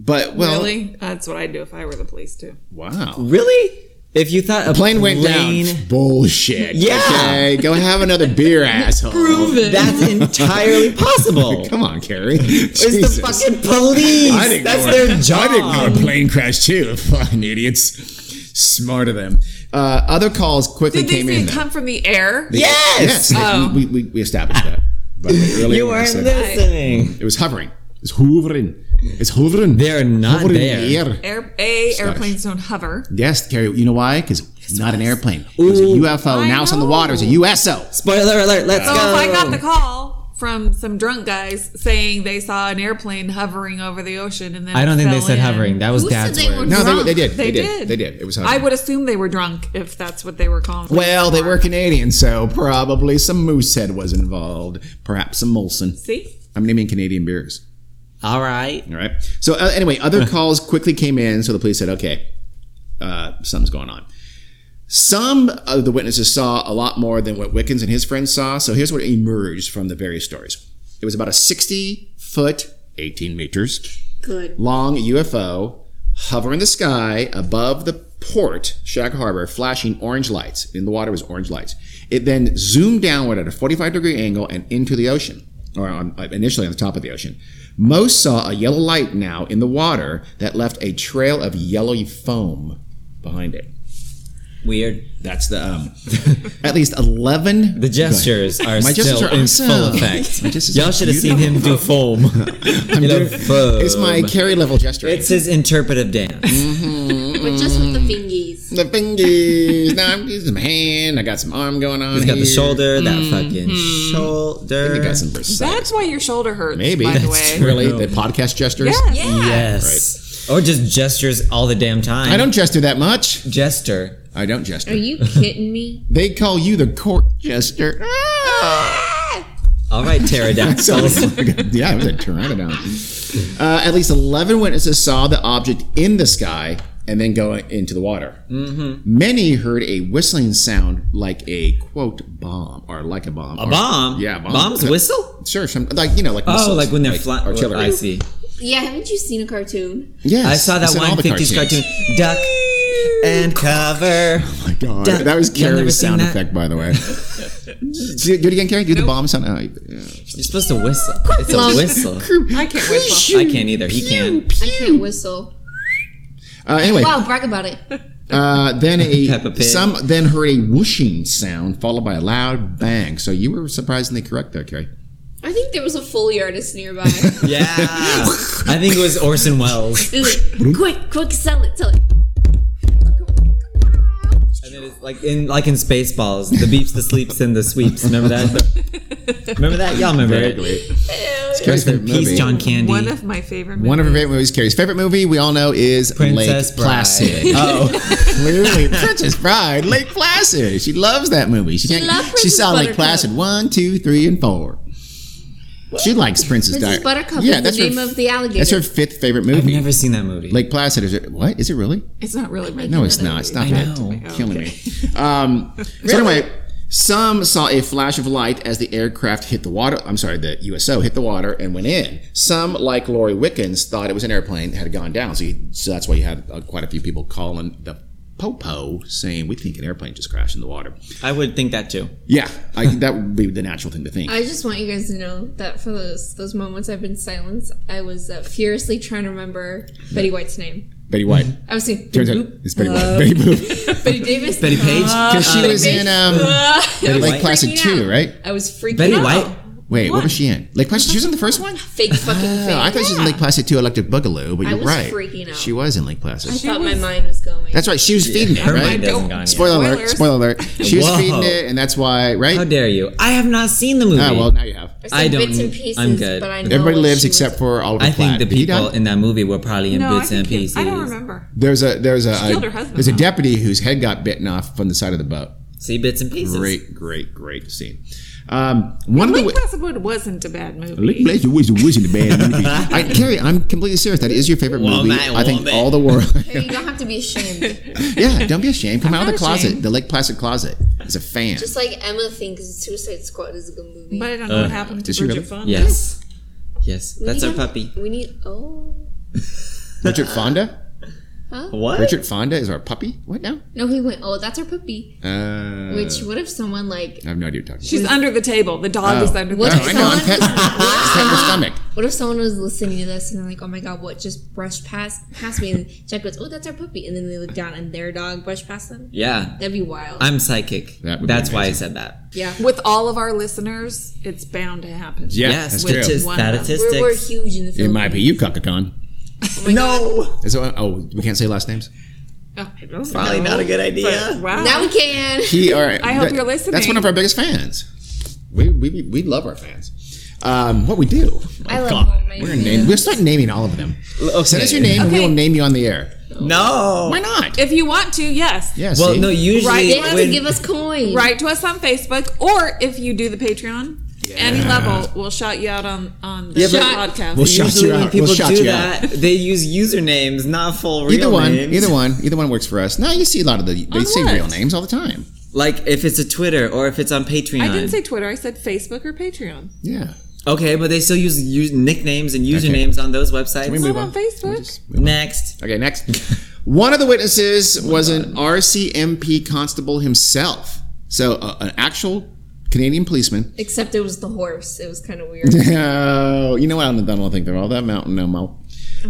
S5: But well,
S1: really? That's what I'd do if I were the police too.
S5: wow.
S2: Really? If you thought a
S5: Plane went
S2: plane-
S5: down. Bullshit.
S2: Yeah.
S5: Okay, go have another beer,
S2: [LAUGHS]
S5: asshole.
S2: That's
S5: [LAUGHS]
S2: entirely possible.
S5: Come on, Carrie. [LAUGHS]
S2: It's the fucking police.
S5: I didn't
S2: That's
S5: go
S2: their
S5: in-
S2: job.
S5: I didn't go in a plane crash too. [LAUGHS] Fucking idiots. Smart of them. Uh, other calls quickly
S1: Did
S5: came
S1: these
S5: in.
S1: these
S5: though.
S1: come from the air?
S5: They-
S2: Yes!
S5: Yes.
S2: Uh,
S1: Oh.
S5: We, we, we established that. By
S1: [LAUGHS]
S5: the way, earlier
S2: You
S5: when I
S2: weren't
S5: said-
S2: listening.
S5: It was hovering. It's hovering. It's hovering.
S2: They're not
S5: hovering
S2: there.
S5: In the air.
S1: Air, a airplanes don't hover.
S5: Yes, Carrie. You know why? Because it's not an airplane. It was a
S2: Ooh.
S5: UFO. Now it's on the
S1: know.
S5: water. It's a USO.
S2: Spoiler alert, let's
S1: So
S3: Oh
S2: go.
S1: if Oh, I got the call from some drunk guys saying they saw an airplane hovering over the ocean and then
S2: I don't
S1: it
S2: think they
S1: fell
S2: said
S1: in.
S2: hovering. That was
S3: Who said
S2: dad's
S3: they
S2: word.
S3: were-
S5: No, they,
S3: Drunk.
S5: they did. They,
S1: They
S5: did.
S1: did.
S5: They did. It was
S1: I
S5: hovering.
S1: would assume they were drunk if that's what they were calling.
S5: well, they were Canadian, so probably some Moosehead was involved. Perhaps some Molson.
S1: See,
S5: I'm naming Canadian beers.
S2: All right.
S5: All right. So uh, anyway, other calls quickly came in, so the police said, "Okay, uh, something's going on." Some of the witnesses saw a lot more than what Wickens and his friends saw. So here's what emerged from the various stories. It was about a 60 foot, 18 meters
S6: Good.
S5: long UFO hovering in the sky above the port, Shag Harbor, flashing orange lights. In the water was orange lights. It then zoomed downward at a 45 degree angle and into the ocean, or on, initially on the top of the ocean. Most saw a yellow light now in the water that left a trail of yellowy foam behind it. [LAUGHS]
S2: Weird.
S5: That's the um, [LAUGHS] at least 11
S2: The
S5: [LAUGHS]
S2: gestures are
S5: My
S2: still
S5: gestures are
S2: in
S5: awesome.
S2: full effect.
S5: My gestures
S2: Y'all
S5: are
S2: should have seen him do foam.
S5: [LAUGHS]
S2: You know, foam.
S5: It's my carry level gesture.
S2: It's his interpretive dance.
S6: But just with the
S2: Mm.
S6: fingies.
S5: the fingers. now I'm using my hand. I got some arm going on.
S2: He's got the
S5: here.
S2: shoulder, that
S3: Mm-hmm.
S2: fucking
S5: Mm-hmm. I
S2: shoulder.
S5: think I got some precise.
S1: that's why your shoulder hurts.
S5: Maybe.
S1: by the
S2: That's
S1: way.
S2: true.
S5: Really? The podcast gestures?
S1: Yeah, yeah.
S2: Yes. Or just gestures all the damn time.
S5: I don't gesture that much.
S2: gesture.
S5: I don't gesture.
S3: Are you kidding me?
S5: they call you the court
S1: [LAUGHS]
S5: [LAUGHS] jester.
S2: All right,
S5: [LAUGHS]
S2: pterodactyls.
S5: yeah, it was a pteranodon. Uh, at least 11 witnesses saw the object in the sky and then go into the water.
S2: Mm-hmm.
S5: Many heard a whistling sound like a, quote, bomb, or like a bomb.
S2: A bomb?
S5: Yeah, bomb. [LAUGHS]
S2: Bombs whistle?
S5: Sure, some, like, you know, like
S2: Oh,
S5: missiles,
S2: like when they're flying.
S5: artillery.
S2: I see.
S6: Yeah, haven't you seen a cartoon?
S5: Yes,
S2: I saw that
S5: it's in all
S2: one
S5: the
S2: 50s
S5: cartoons.
S2: cartoon. Duck and cover.
S5: my god.
S2: Duh.
S5: That was
S2: Y'all never
S5: Carrie's
S2: seen
S5: sound
S2: that?
S5: effect, by
S2: [LAUGHS]
S5: the way. do, do it again, Carrie. Do the bomb sound. Oh, yeah.
S2: You're supposed to whistle. It's a whistle.
S1: I can't whistle.
S2: I can't either. He can.
S6: I can't whistle.
S5: Uh, anyway,
S6: Wow, brag about it.
S5: uh,
S2: [LAUGHS]
S5: then
S2: Peppa
S5: a
S2: Pig.
S5: some then heard a whooshing sound followed by a loud bang. So you were surprisingly correct there, Carrie.
S6: I think there was a Foley artist nearby.
S2: Yeah. I think it was Orson Welles.
S6: It was like, quick, quick, sell it, sell it.
S2: And then it's like in like in Spaceballs, the beeps, the sleeps, and the sweeps. Remember that? remember that? Y'all remember it?
S5: Carrie's favorite movie.
S2: Peace, John Candy.
S1: One of my favorite.
S5: One of her
S1: movies.
S5: favorite movies. Carrie's favorite movie we all know is
S2: Princess
S5: Lake [LAUGHS]
S2: Bride.
S5: Placid.
S2: [LAUGHS] Oh,
S5: Clearly, [LAUGHS] Princess Bride, Lake Placid. She loves that movie. She, can't,
S6: loved
S5: she saw
S6: Princess
S5: Lake Placid one, two, three, and four. She likes Princess,
S6: Princess
S5: Di-
S6: Buttercup
S5: Yeah,
S6: is
S5: that's
S6: the
S5: her
S6: name
S5: f-
S6: of the alligator.
S5: That's her fifth favorite
S2: I've
S5: movie.
S2: never seen that movie.
S5: Lake Placid is it? What is it really?
S1: It's not really my.
S5: No, it's not. It's not.
S2: I
S5: that.
S2: know.
S5: Killing me. [LAUGHS] Um, So anyway, some saw a flash of light as the aircraft hit the water. I'm sorry, the USO hit the water and went in. Some, like Lori Wickens, thought it was an airplane that had gone down. So, you, so that's why you had uh, quite a few people calling the popo saying we think an airplane just crashed in the water.
S2: I would think that too.
S5: Yeah, I, that would be the natural thing to think.
S6: I just want you guys to know that for those those moments I've been silenced, I was uh, furiously trying to remember Betty White's name.
S5: Betty White.
S6: I was saying
S5: Turns out it's Betty White. Betty Boop.
S6: [LAUGHS] Betty Davis. Uh-huh.
S2: Betty Page.
S1: Uh,
S5: Because she was in um,
S6: I
S5: Lake
S2: White.
S5: Placid
S6: Freaking out.
S5: 2, right?
S6: was freaking
S2: Betty
S6: out.
S2: White.
S5: Wait, what was she in? Lake Placid? She was in the first one?
S6: Fake fucking fake.
S5: No, [LAUGHS] I thought she was in Lake Placid 2 Electric Boogaloo, but
S6: I
S5: you're
S6: was
S5: right.
S6: freaking out.
S5: She was in Lake Placid.
S6: I thought my mind was going.
S5: That's right. She was feeding it,
S2: Her
S5: right?
S2: mind doesn't gone
S5: [LAUGHS]
S2: yet.
S5: Spoiler alert!
S1: Spoilers.
S5: Spoiler alert! She was
S2: Whoa.
S5: feeding it, and that's why, right?
S2: How dare you? I have not seen the movie.
S5: Ah, well, now you have.
S6: I,
S2: I
S6: said
S2: don't-
S6: Bits and
S2: [LAUGHS]
S6: pieces,
S2: I'm good.
S6: But I know
S5: Everybody
S6: what
S5: lives
S6: she was-
S5: except for Oliver
S2: I
S5: Platt.
S2: think the
S5: Did he die?
S2: people in that movie were probably in
S1: No, I,
S2: bits and
S1: think it-
S2: pieces.
S1: I don't remember.
S5: There's a there's a
S1: killed her husband,
S5: there's a
S1: though.
S5: deputy whose head got bitten off from the side of the boat.
S2: See bits and pieces.
S5: Great, great, great scene. Um, one of the.
S1: Lake
S5: wi-
S1: Placid Wood wasn't a bad movie.
S5: Lake Placid was was in a bad movie. [LAUGHS] I, Carrie, I'm completely serious. That is your favorite
S2: Woman,
S5: movie. I think
S2: woman.
S5: all the world. [LAUGHS]
S6: Hey, you don't have to be ashamed.
S5: yeah, don't be ashamed. Come out of
S1: not
S5: the closet,
S1: ashamed.
S5: the Lake Placid closet. As a fan,
S6: Just like Emma thinks Suicide Squad is a good movie.
S1: But I don't know what happened to
S5: did she
S1: Bridget
S5: really?
S1: Fonda.
S2: Uh, Yes. Yes.
S6: We
S2: That's our
S6: need-
S2: puppy.
S6: We need oh
S5: Richard
S6: uh,
S5: Fonda.
S2: What?
S5: Richard Fonda is our puppy. What now?
S6: no, he went oh that's our puppy.
S5: Uh,
S6: Which what if someone like
S5: I have no idea what you're talking
S2: Oh.
S1: She's under the table. The dog is under the
S6: What
S5: about.
S6: if
S5: Oh, I know. I'm
S2: [LAUGHS]
S6: someone
S5: petting, I'm petting the stomach.
S6: What if someone was listening to this and they're like, "Oh my god, what just brushed past past me?" And Jack goes, "Oh, that's our puppy," and then they look down and their dog brushed past them.
S2: Yeah.
S6: That'd be wild.
S2: I'm psychic.
S5: That would be
S2: That's why I
S5: amazing.
S2: said that.
S6: yeah.
S1: With all of our listeners, it's bound to happen.
S5: Yeah,
S2: yes,
S5: that's true.
S2: stati-
S1: One of them.
S2: statistics.
S6: We're, we're huge in the
S5: It
S6: Philippines.
S5: might be you, Kakakon.
S2: no,
S5: Is it, oh, we can't say last names.
S1: Oh, I don't
S2: probably
S1: know.
S2: not a good
S1: But,
S2: idea.
S1: wow.
S6: Now
S2: [LAUGHS]
S6: we can.
S5: He, all right,
S1: I hope you're
S5: That's
S1: listening.
S5: one of our biggest fans. We we, we love our fans. Um, what we do?
S6: I
S5: Oh,
S6: love
S5: God.
S6: all my
S5: We're gonna name. We'll start naming all of them.
S2: Okay.
S5: Send us your name, and we
S1: Okay.
S5: will name you on the air.
S2: No.
S5: Why not?
S1: If you want to, yes.
S5: Yeah.
S2: Well,
S5: see?
S2: no. Usually,
S1: Right,
S6: They have
S2: when-
S6: to give us coins.
S1: Write to us on Facebook, or if you do the Patreon, any level, we'll shout you out on on the
S2: Yeah, but-
S1: podcast.
S5: We'll shout
S2: usually
S5: you
S2: when
S5: out. We'll
S2: people
S5: shout
S2: do
S5: you out.
S2: that, they use usernames, not full real
S5: Either one,
S2: names.
S5: either one, either one works for us. Now you see a lot of the they
S1: On
S5: say
S1: what?
S5: real names all the time.
S2: Like if it's a Twitter or if it's on Patreon.
S1: I didn't say Twitter. I said Facebook or Patreon.
S5: Yeah.
S2: okay, but they still use, use nicknames and usernames on those websites.
S5: We move
S1: Not on Facebook.
S2: Next,
S5: Okay, next. [LAUGHS] One of the
S2: Oh
S5: witnesses was an RCMP constable himself. So uh, an actual Canadian policeman.
S6: Except it was the horse. It was kind of
S2: [LAUGHS]
S6: weird.
S5: Oh, [LAUGHS] you know what? I don't, I don't think they're all that mountain no more.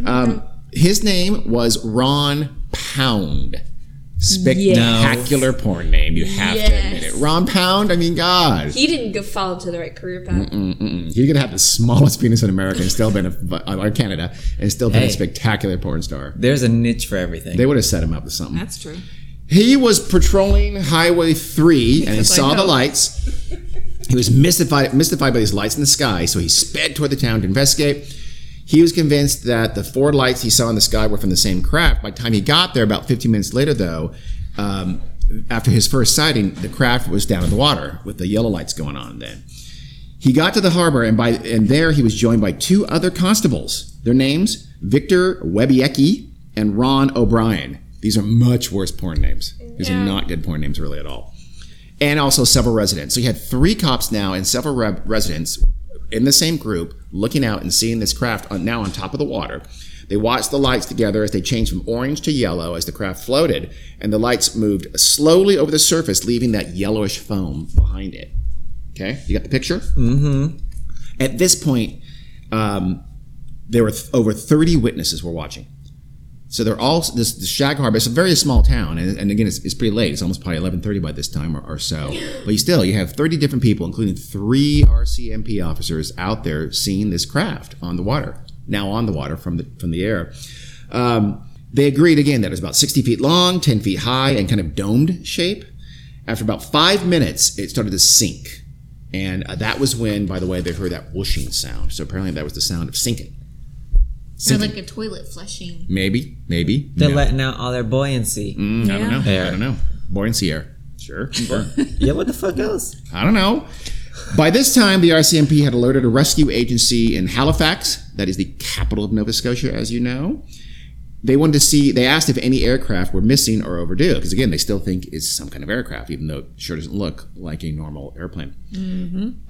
S5: Um, his name was Ron Pound. Spectacular porn name. You have to admit it.
S6: Yes.
S5: Ron Pound. I mean, God.
S6: he didn't go follow to the right career path.
S5: He could Mm, have the smallest penis in America and still been a, [LAUGHS] uh, or Canada and still been
S2: Hey.
S5: a spectacular porn star.
S2: there's a niche for everything.
S5: They would have set him up to something.
S1: That's true.
S5: He was patrolling Highway
S1: [LAUGHS]
S5: 3 and he
S1: Yes, I
S5: saw the
S1: know.
S5: lights. He was mystified, mystified by these lights in the sky, so he sped toward the town to investigate. He was convinced that the four lights he saw in the sky were from the same craft. By the time he got there, about 15 minutes later, though, um, after his first sighting, the craft was down in the water with the yellow lights going on then. He got to the harbor, and by and there he was joined by two other constables. Their names Victor Webiecki and Ron O'Brien. These are much worse porn names. These are not good porn names really at all. And also several residents. So you had three cops now and several re- residents in the same group looking out and seeing this craft on, now on top of the water. They watched the lights together as they changed from orange to yellow as the craft floated, and the lights moved slowly over the surface, leaving that yellowish foam behind it. Okay, you got the picture? Mm-hmm. At this point, um, there were th- over 30 witnesses were watching. So they're all this, this Shag Harbor. It's a very small town, and, and again, it's, it's pretty late. It's almost probably 11:30 by this time or, or so. But you still, you have 30 different people, including three RCMP officers, out there seeing this craft on the water. Now on the water from the from the air. Um, they agreed again that it was about 60 feet long, 10 feet high, and kind of domed shape. After about five minutes, it started to sink. And uh, that was when, by the way, they heard that whooshing sound. So apparently that was the sound of sinking.
S3: They're
S5: Sinking.
S3: like a toilet flushing.
S5: maybe, maybe.
S2: They're
S5: no.
S2: letting out all their buoyancy.
S5: Mm, I don't know.
S2: Air.
S5: I don't know. Buoyancy air. Sure. sure.
S2: Yeah, what the fuck else?
S5: I don't know. By this time, the RCMP had alerted a rescue agency in Halifax. That is the capital of Nova Scotia, as you know. They wanted to see, they asked if any aircraft were missing or overdue, because again, they still think it's some kind of aircraft, even though it sure doesn't look like a normal airplane.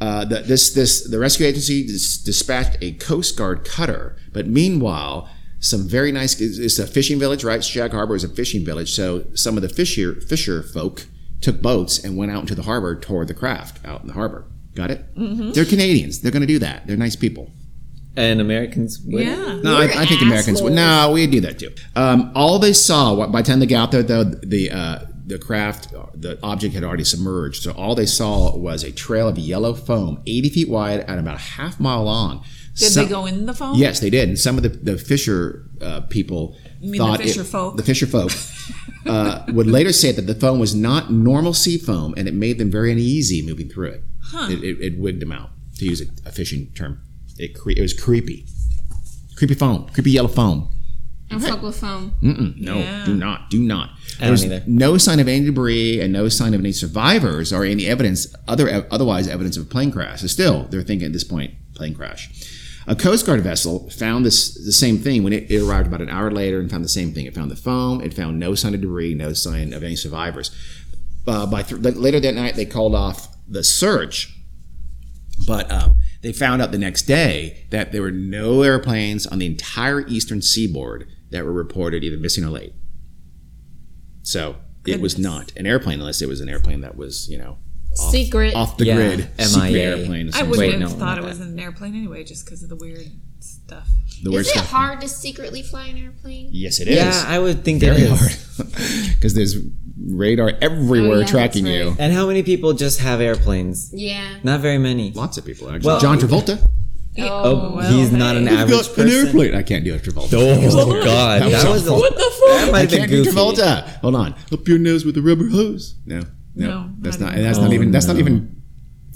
S5: Uh, the, this, this, the rescue agency dis- dispatched a Coast Guard cutter, but meanwhile, some very nice, it's, it's a fishing village, right? Shag Harbor is a fishing village, so some of the fisher, fisher folk took boats and went out into the harbor toward the craft out in the harbor. Got it? They're Canadians. They're going to do that. They're nice people.
S2: And Americans would.
S1: Yeah.
S5: No, I, I think Americans would. No, we do that too. Um, all they saw wh- by the time they got out there, though, the uh, the craft, the object had already submerged. So all they saw was a trail of yellow foam, eighty feet wide and about a half mile long.
S1: Did they go in the phone?
S5: Yes, they did. And some of the the Fisher uh, people
S1: mean
S5: thought
S1: the Fisher
S5: it-
S1: folk?
S5: the Fisher
S1: [LAUGHS]
S5: folk uh, would later say that the foam was not normal sea foam, and it made them very uneasy moving through it. It, it, it wigged them out, to use a, a fishing term. It cre- it was creepy, creepy foam, creepy yellow foam.
S6: I fuck with [LAUGHS] foam.
S5: Mm-mm, Mm, no,
S1: Yeah.
S5: do not, do not.
S2: I don't
S5: There's
S2: either.
S5: no sign of any debris and no sign of any survivors or any evidence, other otherwise evidence of a plane crash. So still, they're thinking at this point, plane crash. A Coast Guard vessel found this the same thing when it, it arrived about an hour later and found the same thing. It found the foam. It found no sign of debris, no sign of any survivors. Uh, by th- later that night, they called off the search but um, they found out the next day that there were no airplanes on the entire eastern seaboard that were reported either missing or late. So it was not an airplane unless it was an airplane that was, you know,
S3: Secret.
S5: off the
S2: Yeah,
S5: grid, secret
S2: MIA.
S5: airplane.
S1: I
S5: essentially.
S1: wouldn't
S2: Wait,
S1: have
S2: no,
S1: thought
S2: not
S1: it
S2: that.
S1: was an airplane anyway, just because of the weird stuff.
S5: The weird
S3: Is it
S5: stuff.
S3: hard to secretly fly an airplane?
S5: Yes, it is.
S2: Yeah,
S5: [LAUGHS]
S2: I would think that
S5: Very
S2: is.
S5: hard because there's radar everywhere
S3: Oh, yeah,
S5: tracking
S3: that's
S5: you.
S3: right.
S2: And how many people just have airplanes?
S3: Yeah.
S2: Not very many.
S5: Lots of people actually.
S2: Well-
S5: John Travolta.
S2: Oh, he's not an
S5: I've
S2: average
S5: got an
S2: person.
S5: airplane. I can't do a Travolta.
S2: Oh God,
S5: That
S2: that,
S5: was
S2: was a,
S5: awful.
S2: what the fuck? That might
S5: I
S2: have been
S5: can't do
S2: goofy.
S5: Travolta. Hold on. Up your nose with a rubber hose. No, no,
S1: No,
S5: that's
S1: not
S5: not. And that's not even. That's not even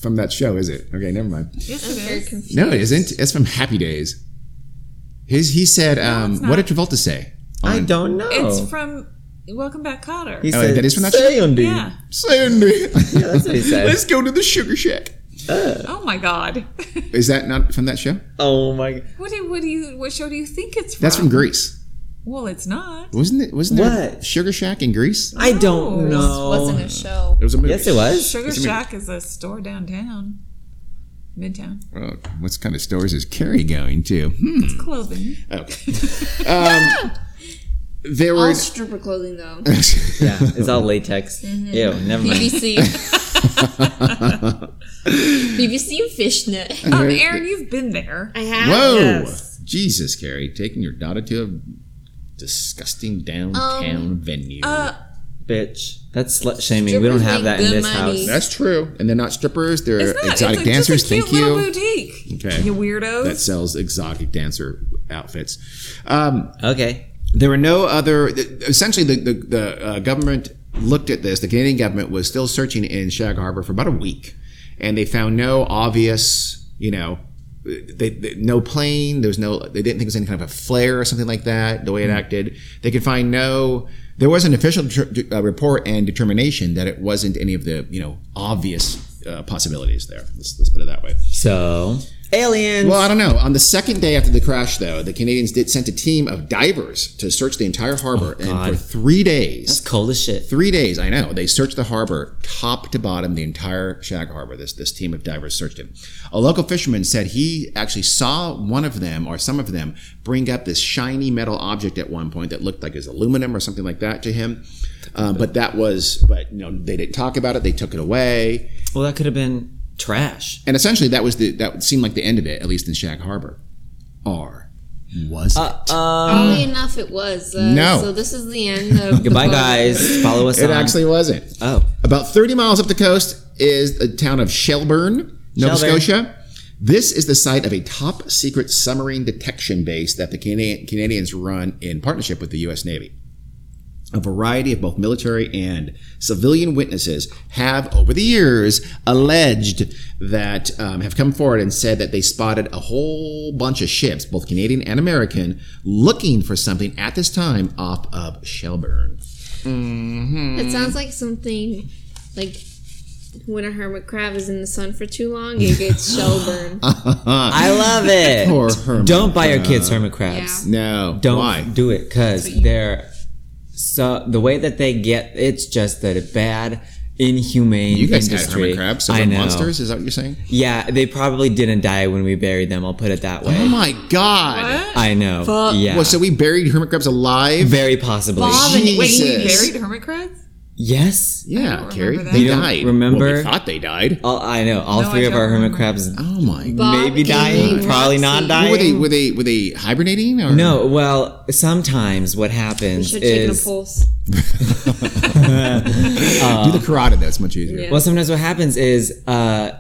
S5: from that show, is it? Okay, never mind.
S1: Yes, it is.
S5: No, it isn't. It's from Happy Days. His he said. Um, what did Travolta say?
S2: I don't know.
S1: It's from Welcome Back, Cotter.
S2: he
S5: Oh,
S2: said,
S5: that is from that
S2: "Say on, dude."
S1: Yeah.
S5: Sandy. [LAUGHS]
S2: that's what he said.
S5: Let's go to the sugar shack.
S1: Oh my God. [LAUGHS]
S5: Is that not from that show?
S2: Oh my. God.
S1: what do what do you what show do you think it's from?
S5: That's from Greece.
S1: Well, it's not.
S5: Wasn't it? Wasn't there
S2: What?
S5: sugar shack in Greece?
S2: I don't know.
S6: wasn't a show.
S5: It was a movie.
S2: yes, it was.
S1: Sugar
S5: It's a
S1: Shack is a store downtown, midtown.
S5: Well, Oh, what kind of stores is Carrie going to? Hmm. Um,
S1: Clothing.
S5: [LAUGHS] There were. [LAUGHS]
S6: All stripper clothing though.
S2: yeah, it's all latex. Ew, never
S6: [LAUGHS]
S2: mind.
S6: BBC. BBC fishnet.
S1: Um, Aaron, you've been there.
S3: I have.
S5: Whoa!
S1: Yes.
S5: Jesus, Carrie, taking your daughter to a disgusting downtown venue.
S1: Uh,
S2: Bitch, that's slut shaming. We don't have that in
S6: good
S2: this
S6: money.
S2: house.
S5: That's true. And they're not strippers, they're
S1: it's not.
S5: exotic
S1: it's a,
S5: dancers.
S1: Just a cute
S5: Thank you.
S1: little boutique.
S5: Okay.
S1: You weirdos.
S5: That sells exotic dancer outfits. Um,
S2: Okay.
S5: there were no other. th- Essentially, the, the, the uh, government looked at this. The Canadian government was still searching in Shag Harbor for about a week, and they found no obvious, you know, they, they- no plane. There was no. They didn't think it was any kind of a flare or something like that. The way it acted, they could find no. There was an official deter- uh, report and determination that it wasn't any of the you know obvious uh, possibilities there. Let's, let's put it that way.
S2: So aliens.
S5: Well, I don't know. On the second day after the crash, though, the Canadians did send a team of divers to search the entire harbor, and for three
S2: It's
S5: days,
S2: cold as shit.
S5: three days, I know, they searched the harbor top to bottom, the entire Shag Harbor. This this team of divers searched it. A local fisherman said he actually saw one of them or some of them bring up this shiny metal object at one point that looked like it was aluminum or something like that to him. Um, but that was, but you know, they didn't talk about it. They took it away,
S2: Well, that could have been trash.
S5: and essentially that was the that seemed like the end of it, at least in Shag Harbor. R. Was it?
S2: Uh,
S6: Oddly enough, it was. Uh,
S5: No.
S6: So this is the end of. the
S2: Goodbye,
S6: vlog.
S2: guys. Follow us.
S5: It
S2: on.
S5: actually wasn't.
S2: Oh,
S5: About 30 miles up the coast is the town of Shelburne, Nova
S2: Shelburne.
S5: Scotia. This is the site of a top secret submarine detection base that the Cana- Canadians run in partnership with the U.S. Navy. A variety of both military and civilian witnesses have, over the years, alleged that um, have come forward and said that they spotted a whole bunch of ships, both Canadian and American, looking for something at this time off of Shelburne.
S6: It sounds like something like when a hermit crab is in the sun for too long, it gets shell burn.
S2: I love it.
S5: Poor hermit
S2: Don't buy your kids hermit crabs.
S5: No,
S2: Don't
S5: why?
S2: do it because they're so the way that they get it's just that a bad, inhumane.
S5: You guys had
S2: industry.
S5: hermit crabs, so
S2: I
S5: they're
S2: know.
S5: monsters. Is that what you're saying?
S2: Yeah, they probably didn't die when we buried them. I'll put it that
S5: Oh
S2: way.
S5: my god!
S2: I know. Yeah.
S5: Well, so we buried hermit crabs alive.
S2: Very possibly.
S1: Bob and wait, you
S5: Jesus.
S1: married hermit crabs?
S2: Yes.
S5: yeah,
S1: don't
S5: Carrie, they
S1: remember that. You
S2: don't
S5: died.
S2: remember?
S5: Well, we thought they died.
S2: All, I know. All
S1: No, I
S2: three of
S1: don't
S2: our hermit
S1: remember.
S2: crabs
S5: Oh my! god.
S6: Bob
S2: maybe
S6: and
S2: dying, probably not
S6: Roxy.
S2: dying.
S5: Were they were they were they hibernating or
S2: no, well, sometimes what happens
S6: Should taken a
S2: is
S6: pulse.
S2: uh,
S5: Do the carotid. That's much easier.
S2: Well, sometimes what happens is, uh,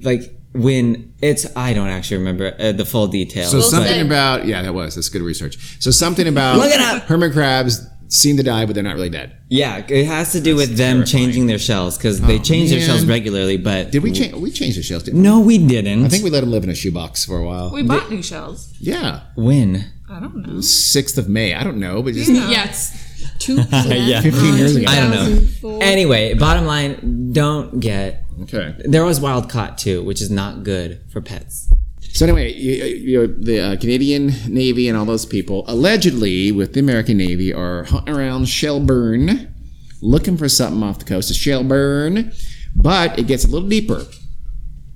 S2: like when it's I don't actually remember uh, the full details.
S5: So something
S6: said.
S5: about yeah, that was that's good research. So something about
S2: Look it up.
S5: hermit crabs seem to die, but they're not really dead.
S2: yeah, it has to do with them changing their shells because they change their
S5: Oh, man.
S2: shells regularly. But
S5: Did we change? We changed the shells. Didn't we?
S2: No, we didn't.
S5: I think we let them live in a shoebox for a while.
S1: We bought new
S3: [LAUGHS]
S1: shells.
S5: yeah,
S2: when.
S1: I don't know.
S5: sixth of May. I don't know, but just
S6: Yes.
S5: [LAUGHS]
S2: yeah.
S5: fifteen years ago.
S2: I don't know. Anyway, bottom line, don't get.
S5: Okay.
S2: There was wild caught too, which is not good for pets.
S5: So anyway, you, you know, the uh, Canadian Navy and all those people allegedly with the American Navy are hunting around Shelburne, looking for something off the coast of Shelburne, but it gets a little deeper.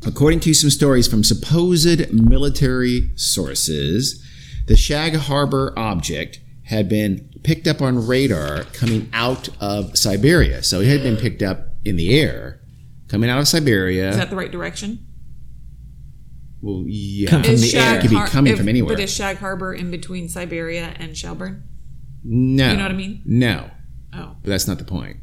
S5: According to some stories from supposed military sources, the Shag Harbor object had been picked up on radar coming out of Siberia. So it had been picked up in the air coming out of Siberia.
S1: Is that the right direction?
S5: well,
S2: Come
S5: yeah.
S2: from the air.
S5: It could be coming from anywhere.
S1: But is Shag Harbor in between Siberia and Shelburne?
S5: No.
S1: You know what I mean?
S5: No.
S1: Oh.
S5: But that's not the point.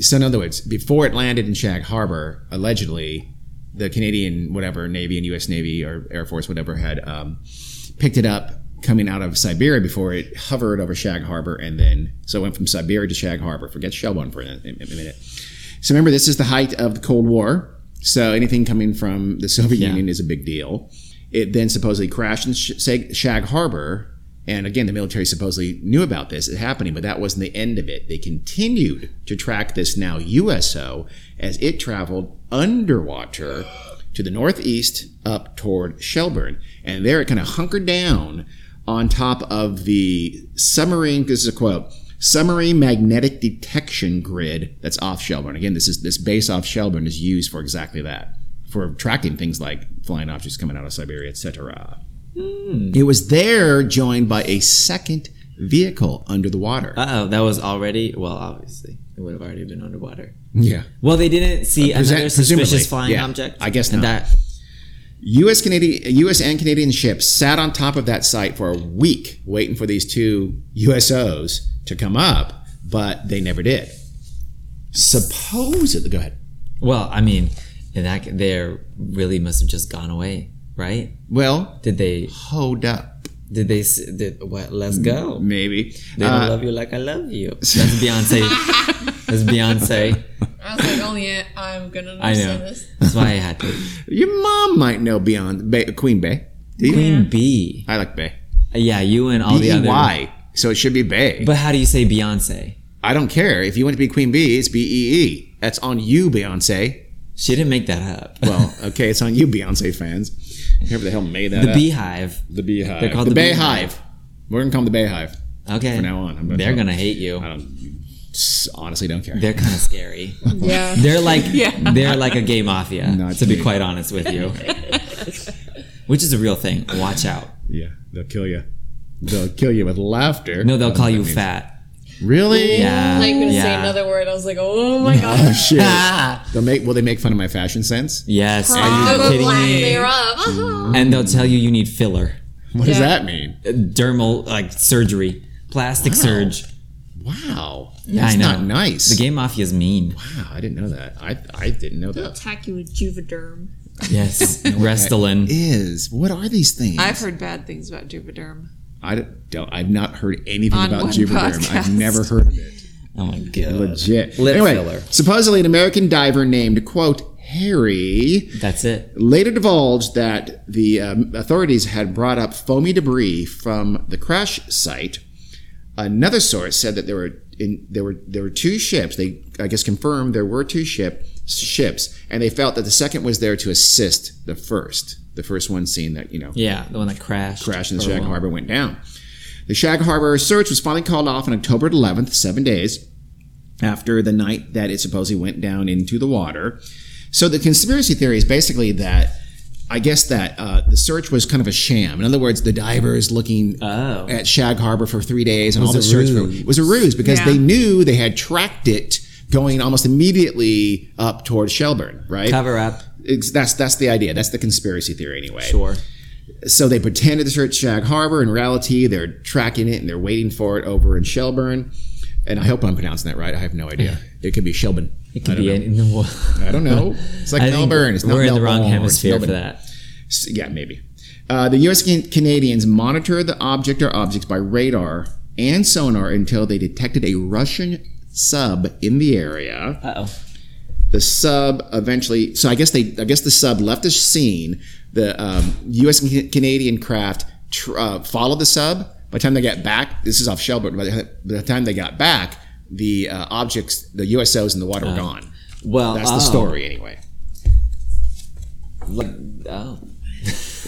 S5: So, in other words, before it landed in Shag Harbor, allegedly, the Canadian, whatever, Navy and U.S. Navy or Air Force, whatever, had um, picked it up coming out of Siberia before it hovered over Shag Harbor. And then, so it went from Siberia to Shag Harbor. Forget Shelburne for a, a minute. So, remember, this is the height of the Cold War. So, anything coming from the Soviet Union is a big deal. It then supposedly crashed in Sh- Sag- Shag Harbor. And again, the military supposedly knew about this it happening, but that wasn't the end of it. They continued to track this now USO as it traveled underwater to the northeast up toward Shelburne. And there it kind of hunkered down on top of the submarine, this is a quote, submarine magnetic detection grid that's off Shelburne. Again, this is this base off Shelburne is used for exactly that, for tracking things like flying objects coming out of Siberia, etc. It was there joined by a second vehicle under the water.
S2: Uh oh, that was already well. Obviously, it would have already been underwater.
S5: yeah.
S2: Well, they didn't see
S5: Uh, prese-
S2: another suspicious
S5: presumably,
S2: flying
S5: yeah.
S2: object.
S5: I guess
S2: and
S5: not.
S2: that
S5: U.S. Canadian, U.S. and Canadian ships sat on top of that site for a week, waiting for these two USOs to come up, but they never did. Supposedly, go ahead.
S2: Well, I mean, and that they really must have just gone away, right?
S5: Well,
S2: Did they?
S5: hold up,
S2: Did they? s- Did what? Let's go.
S5: maybe.
S2: They don't
S5: Uh,
S2: love you like I love you.
S5: [LAUGHS]
S2: That's Beyonce. That's Beyonce.
S6: I was like, only I'm gonna
S2: I know.
S6: understand this.
S2: That's why I had to.
S5: your mom might know beyond Bay, Queen Bay. Do you?
S2: Queen B.
S5: I like Bay.
S2: Oh, Yeah, you and all the
S5: E
S2: other.
S5: B-E-Y, so it should be Bay.
S2: But how do you say Beyonce?
S5: I don't care if you want to be Queen Bee. It's B E E. That's on you, Beyonce.
S2: She didn't make that up. [LAUGHS]
S5: Well, okay, it's on you, Beyonce fans. Whoever the hell made that
S2: the
S5: up.
S2: Beehive.
S5: The beehive.
S2: They're called
S5: the,
S2: the
S5: Bayhive. We're gonna call them the Bayhive
S2: Okay.
S5: from now on. I'm
S2: They're
S5: tell them.
S2: gonna hate you.
S5: I don't. s- Honestly, don't care.
S2: They're kind of scary.
S6: Yeah.
S2: They're like they're like a gay mafia.
S5: Not
S2: to be
S5: me.
S2: quite honest
S5: [LAUGHS]
S2: with you, which is a real thing. Watch out.
S5: yeah, they'll kill you. They'll kill you with laughter.
S2: No, they'll
S5: That's what
S2: call
S5: that
S2: you
S5: means.
S2: fat.
S5: Really?
S2: Yeah.
S6: I'm gonna
S2: yeah.
S6: say another word. I was like, oh my god.
S5: [LAUGHS] Oh
S2: [LAUGHS]
S5: shit.
S2: Ah.
S5: They'll make. Will they make fun of my fashion sense?
S2: Yes. Are you kidding
S3: Lack
S2: me?
S3: thereof. Uh-huh.
S2: And they'll tell you you need filler,
S5: What does that mean?
S2: dermal like surgery, plastic surge.
S5: Wow.
S2: Yeah,
S5: That's
S2: I know.
S5: not nice.
S2: The gay mafia is mean.
S5: wow, I didn't know that. I I didn't know that.
S6: Attack you with Juvederm.
S5: [LAUGHS]
S2: Yes. Restylane.
S5: Is what are these things?
S1: I've heard bad things about Juvederm.
S5: I don't. I've not heard anything
S1: On
S5: about
S1: one
S5: Juvederm. I've
S1: podcast.
S5: never heard of it.
S2: Oh my god.
S5: Legit.
S2: Lip
S5: anyway,
S2: filler.
S5: supposedly an American diver named quote Harry
S2: That's it.
S5: later divulged that the um, authorities had brought up foamy debris from the crash site. Another source said that there were in, there were there were two ships. They I guess confirmed there were two ship ships, and they felt that the second was there to assist the first. The first one seeing that you know
S2: Yeah, the one that crashed. Oh.
S5: crash in the
S2: Or
S5: Shag
S2: what?
S5: Harbor went down. The Shag Harbor search was finally called off on October 11th, seven days after the night that it supposedly went down into the water. So the conspiracy theory is basically that I guess that uh, the search was kind of a sham. In other words, the divers looking
S2: Oh.
S5: at Shag Harbor for three days and all
S2: was
S5: the
S2: a
S5: search for,
S2: ruse.
S5: it was a ruse because
S1: Yeah.
S5: they knew they had tracked it going almost immediately up towards Shelburne, right?
S2: Cover up.
S5: It's- that's that's the idea. That's the conspiracy theory anyway.
S2: Sure.
S5: So they pretended to search Shag Harbor. In reality, they're tracking it and they're waiting for it over in Shelburne. And I hope I'm pronouncing that right. I have no idea. It could be Shelburne.
S2: It could
S5: I don't
S2: be
S5: know.
S2: in, in the wa- [LAUGHS]
S5: I don't know. It's like
S2: I think
S5: Melbourne. It's not
S2: we're in the wrong
S5: Melbourne.
S2: hemisphere
S5: It's
S2: for
S5: Melbourne.
S2: that.
S5: S- Yeah, maybe. Uh, the U.S. Can- Canadians monitored the object or objects by radar and sonar until they detected a Russian sub in the area.
S2: Uh oh.
S5: The sub eventually, so I guess they, I guess the sub left the scene. The um, U.S. and Ca- Canadian craft tr- uh, followed the sub. By the time they got back, this is off Shelburne. By the, by the time they got back, the uh, objects, the USOs in the water were gone.
S2: Ah. Well,
S5: That's
S2: oh.
S5: the story, anyway.
S2: Like, oh.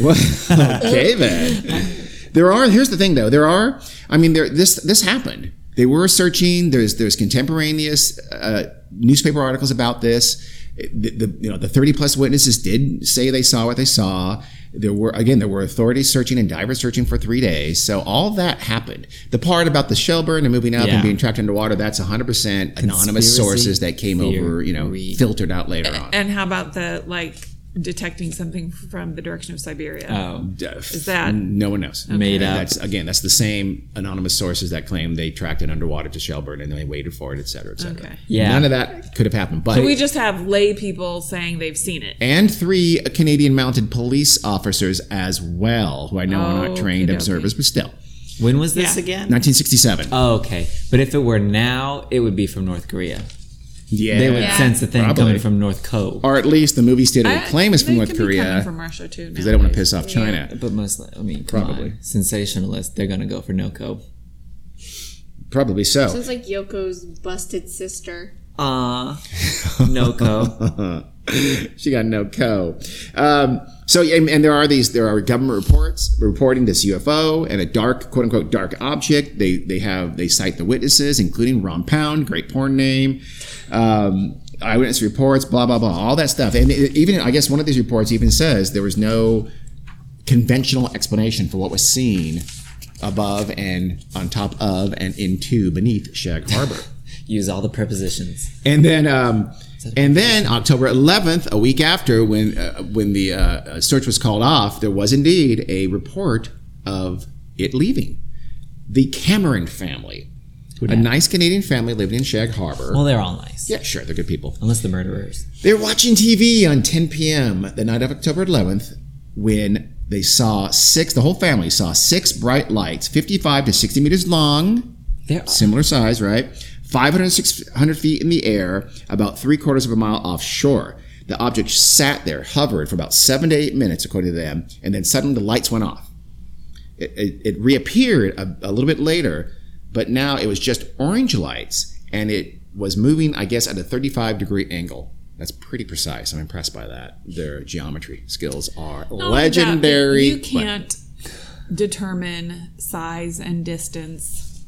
S5: Well, [LAUGHS]
S2: [LAUGHS]
S5: okay then. There are. Here's the thing, though. There are. I mean, there. This this happened. They were searching. There's there's contemporaneous uh, newspaper articles about this. The, the you know the 30 plus witnesses did say they saw what they saw. There were again there were authorities searching and divers searching for three days. So all that happened. The part about the shell burn and moving up
S2: Yeah.
S5: and being trapped underwater that's 100 percent anonymous
S2: Conspiracy
S5: sources that came over. You know,
S2: theory.
S5: filtered out later on.
S1: And how about the like detecting something from the direction of Siberia?
S2: Oh,
S1: Is that-
S5: no one knows
S2: Made
S5: And
S2: up.
S5: That's again, that's the same anonymous sources that claim they tracked it underwater to Shelburne and they waited for it, et cetera, et cetera.
S1: Okay.
S2: Yeah.
S5: none of that could have happened. But
S1: we just have lay people saying they've seen it.
S5: and three Canadian mounted police officers as well, who I know are not trained
S1: Oh, Okey-dokey.
S5: observers, but still,
S2: when was this
S1: Yeah.
S2: again?
S5: 1967.
S2: Oh, okay. But if it were now, it would be from North Korea.
S5: yeah,
S2: They would sense the thing
S5: Probably.
S2: coming from North Korea.
S5: or at least the movie theater would
S1: I-
S5: claim is from
S1: they
S5: North
S1: could be coming
S5: Korea
S1: from Russia too.
S5: because they don't want to piss off China.
S2: But mostly, I mean, come
S5: Oh, Probably.
S2: on. sensationalists. They're gonna go for Noko.
S5: Probably so.
S3: Sounds like Yoko's busted sister.
S2: Ah,
S5: [LAUGHS]
S2: Noko.
S5: she got no co. Um, so and, and there are these there are government reports reporting this UFO and a dark quote unquote dark object. They they have they cite the witnesses, including Ron Pound, great porn name, um, eyewitness reports, blah blah blah, all that stuff. And it- even I guess one of these reports even says there was no conventional explanation for what was seen above and on top of and into beneath Shag Harbor.
S2: Use all the prepositions.
S5: And then, um, and then October 11th, a week after, when uh, when the uh, uh, search was called off, there was indeed a report of it leaving. The Cameron family, a nice Canadian family living in Shag Harbor.
S2: Well, they're all nice,
S5: yeah, sure, they're good people.
S2: unless the murderers.
S5: They're watching TV on 10 p.m. the night of October 11th when they saw six. The whole family saw six bright lights, 55 to 60 meters long
S2: They're
S5: similar size, right? 500, 600 feet in the air, about three quarters of a mile offshore. The object sat there, hovered for about seven to eight minutes, according to them, and then suddenly the lights went off. It, it, it reappeared a, a little bit later, but now it was just orange lights, and it was moving, I guess, at a 35 degree angle. That's pretty precise. I'm impressed by that. Their geometry skills are legendary.
S1: you can't determine size and distance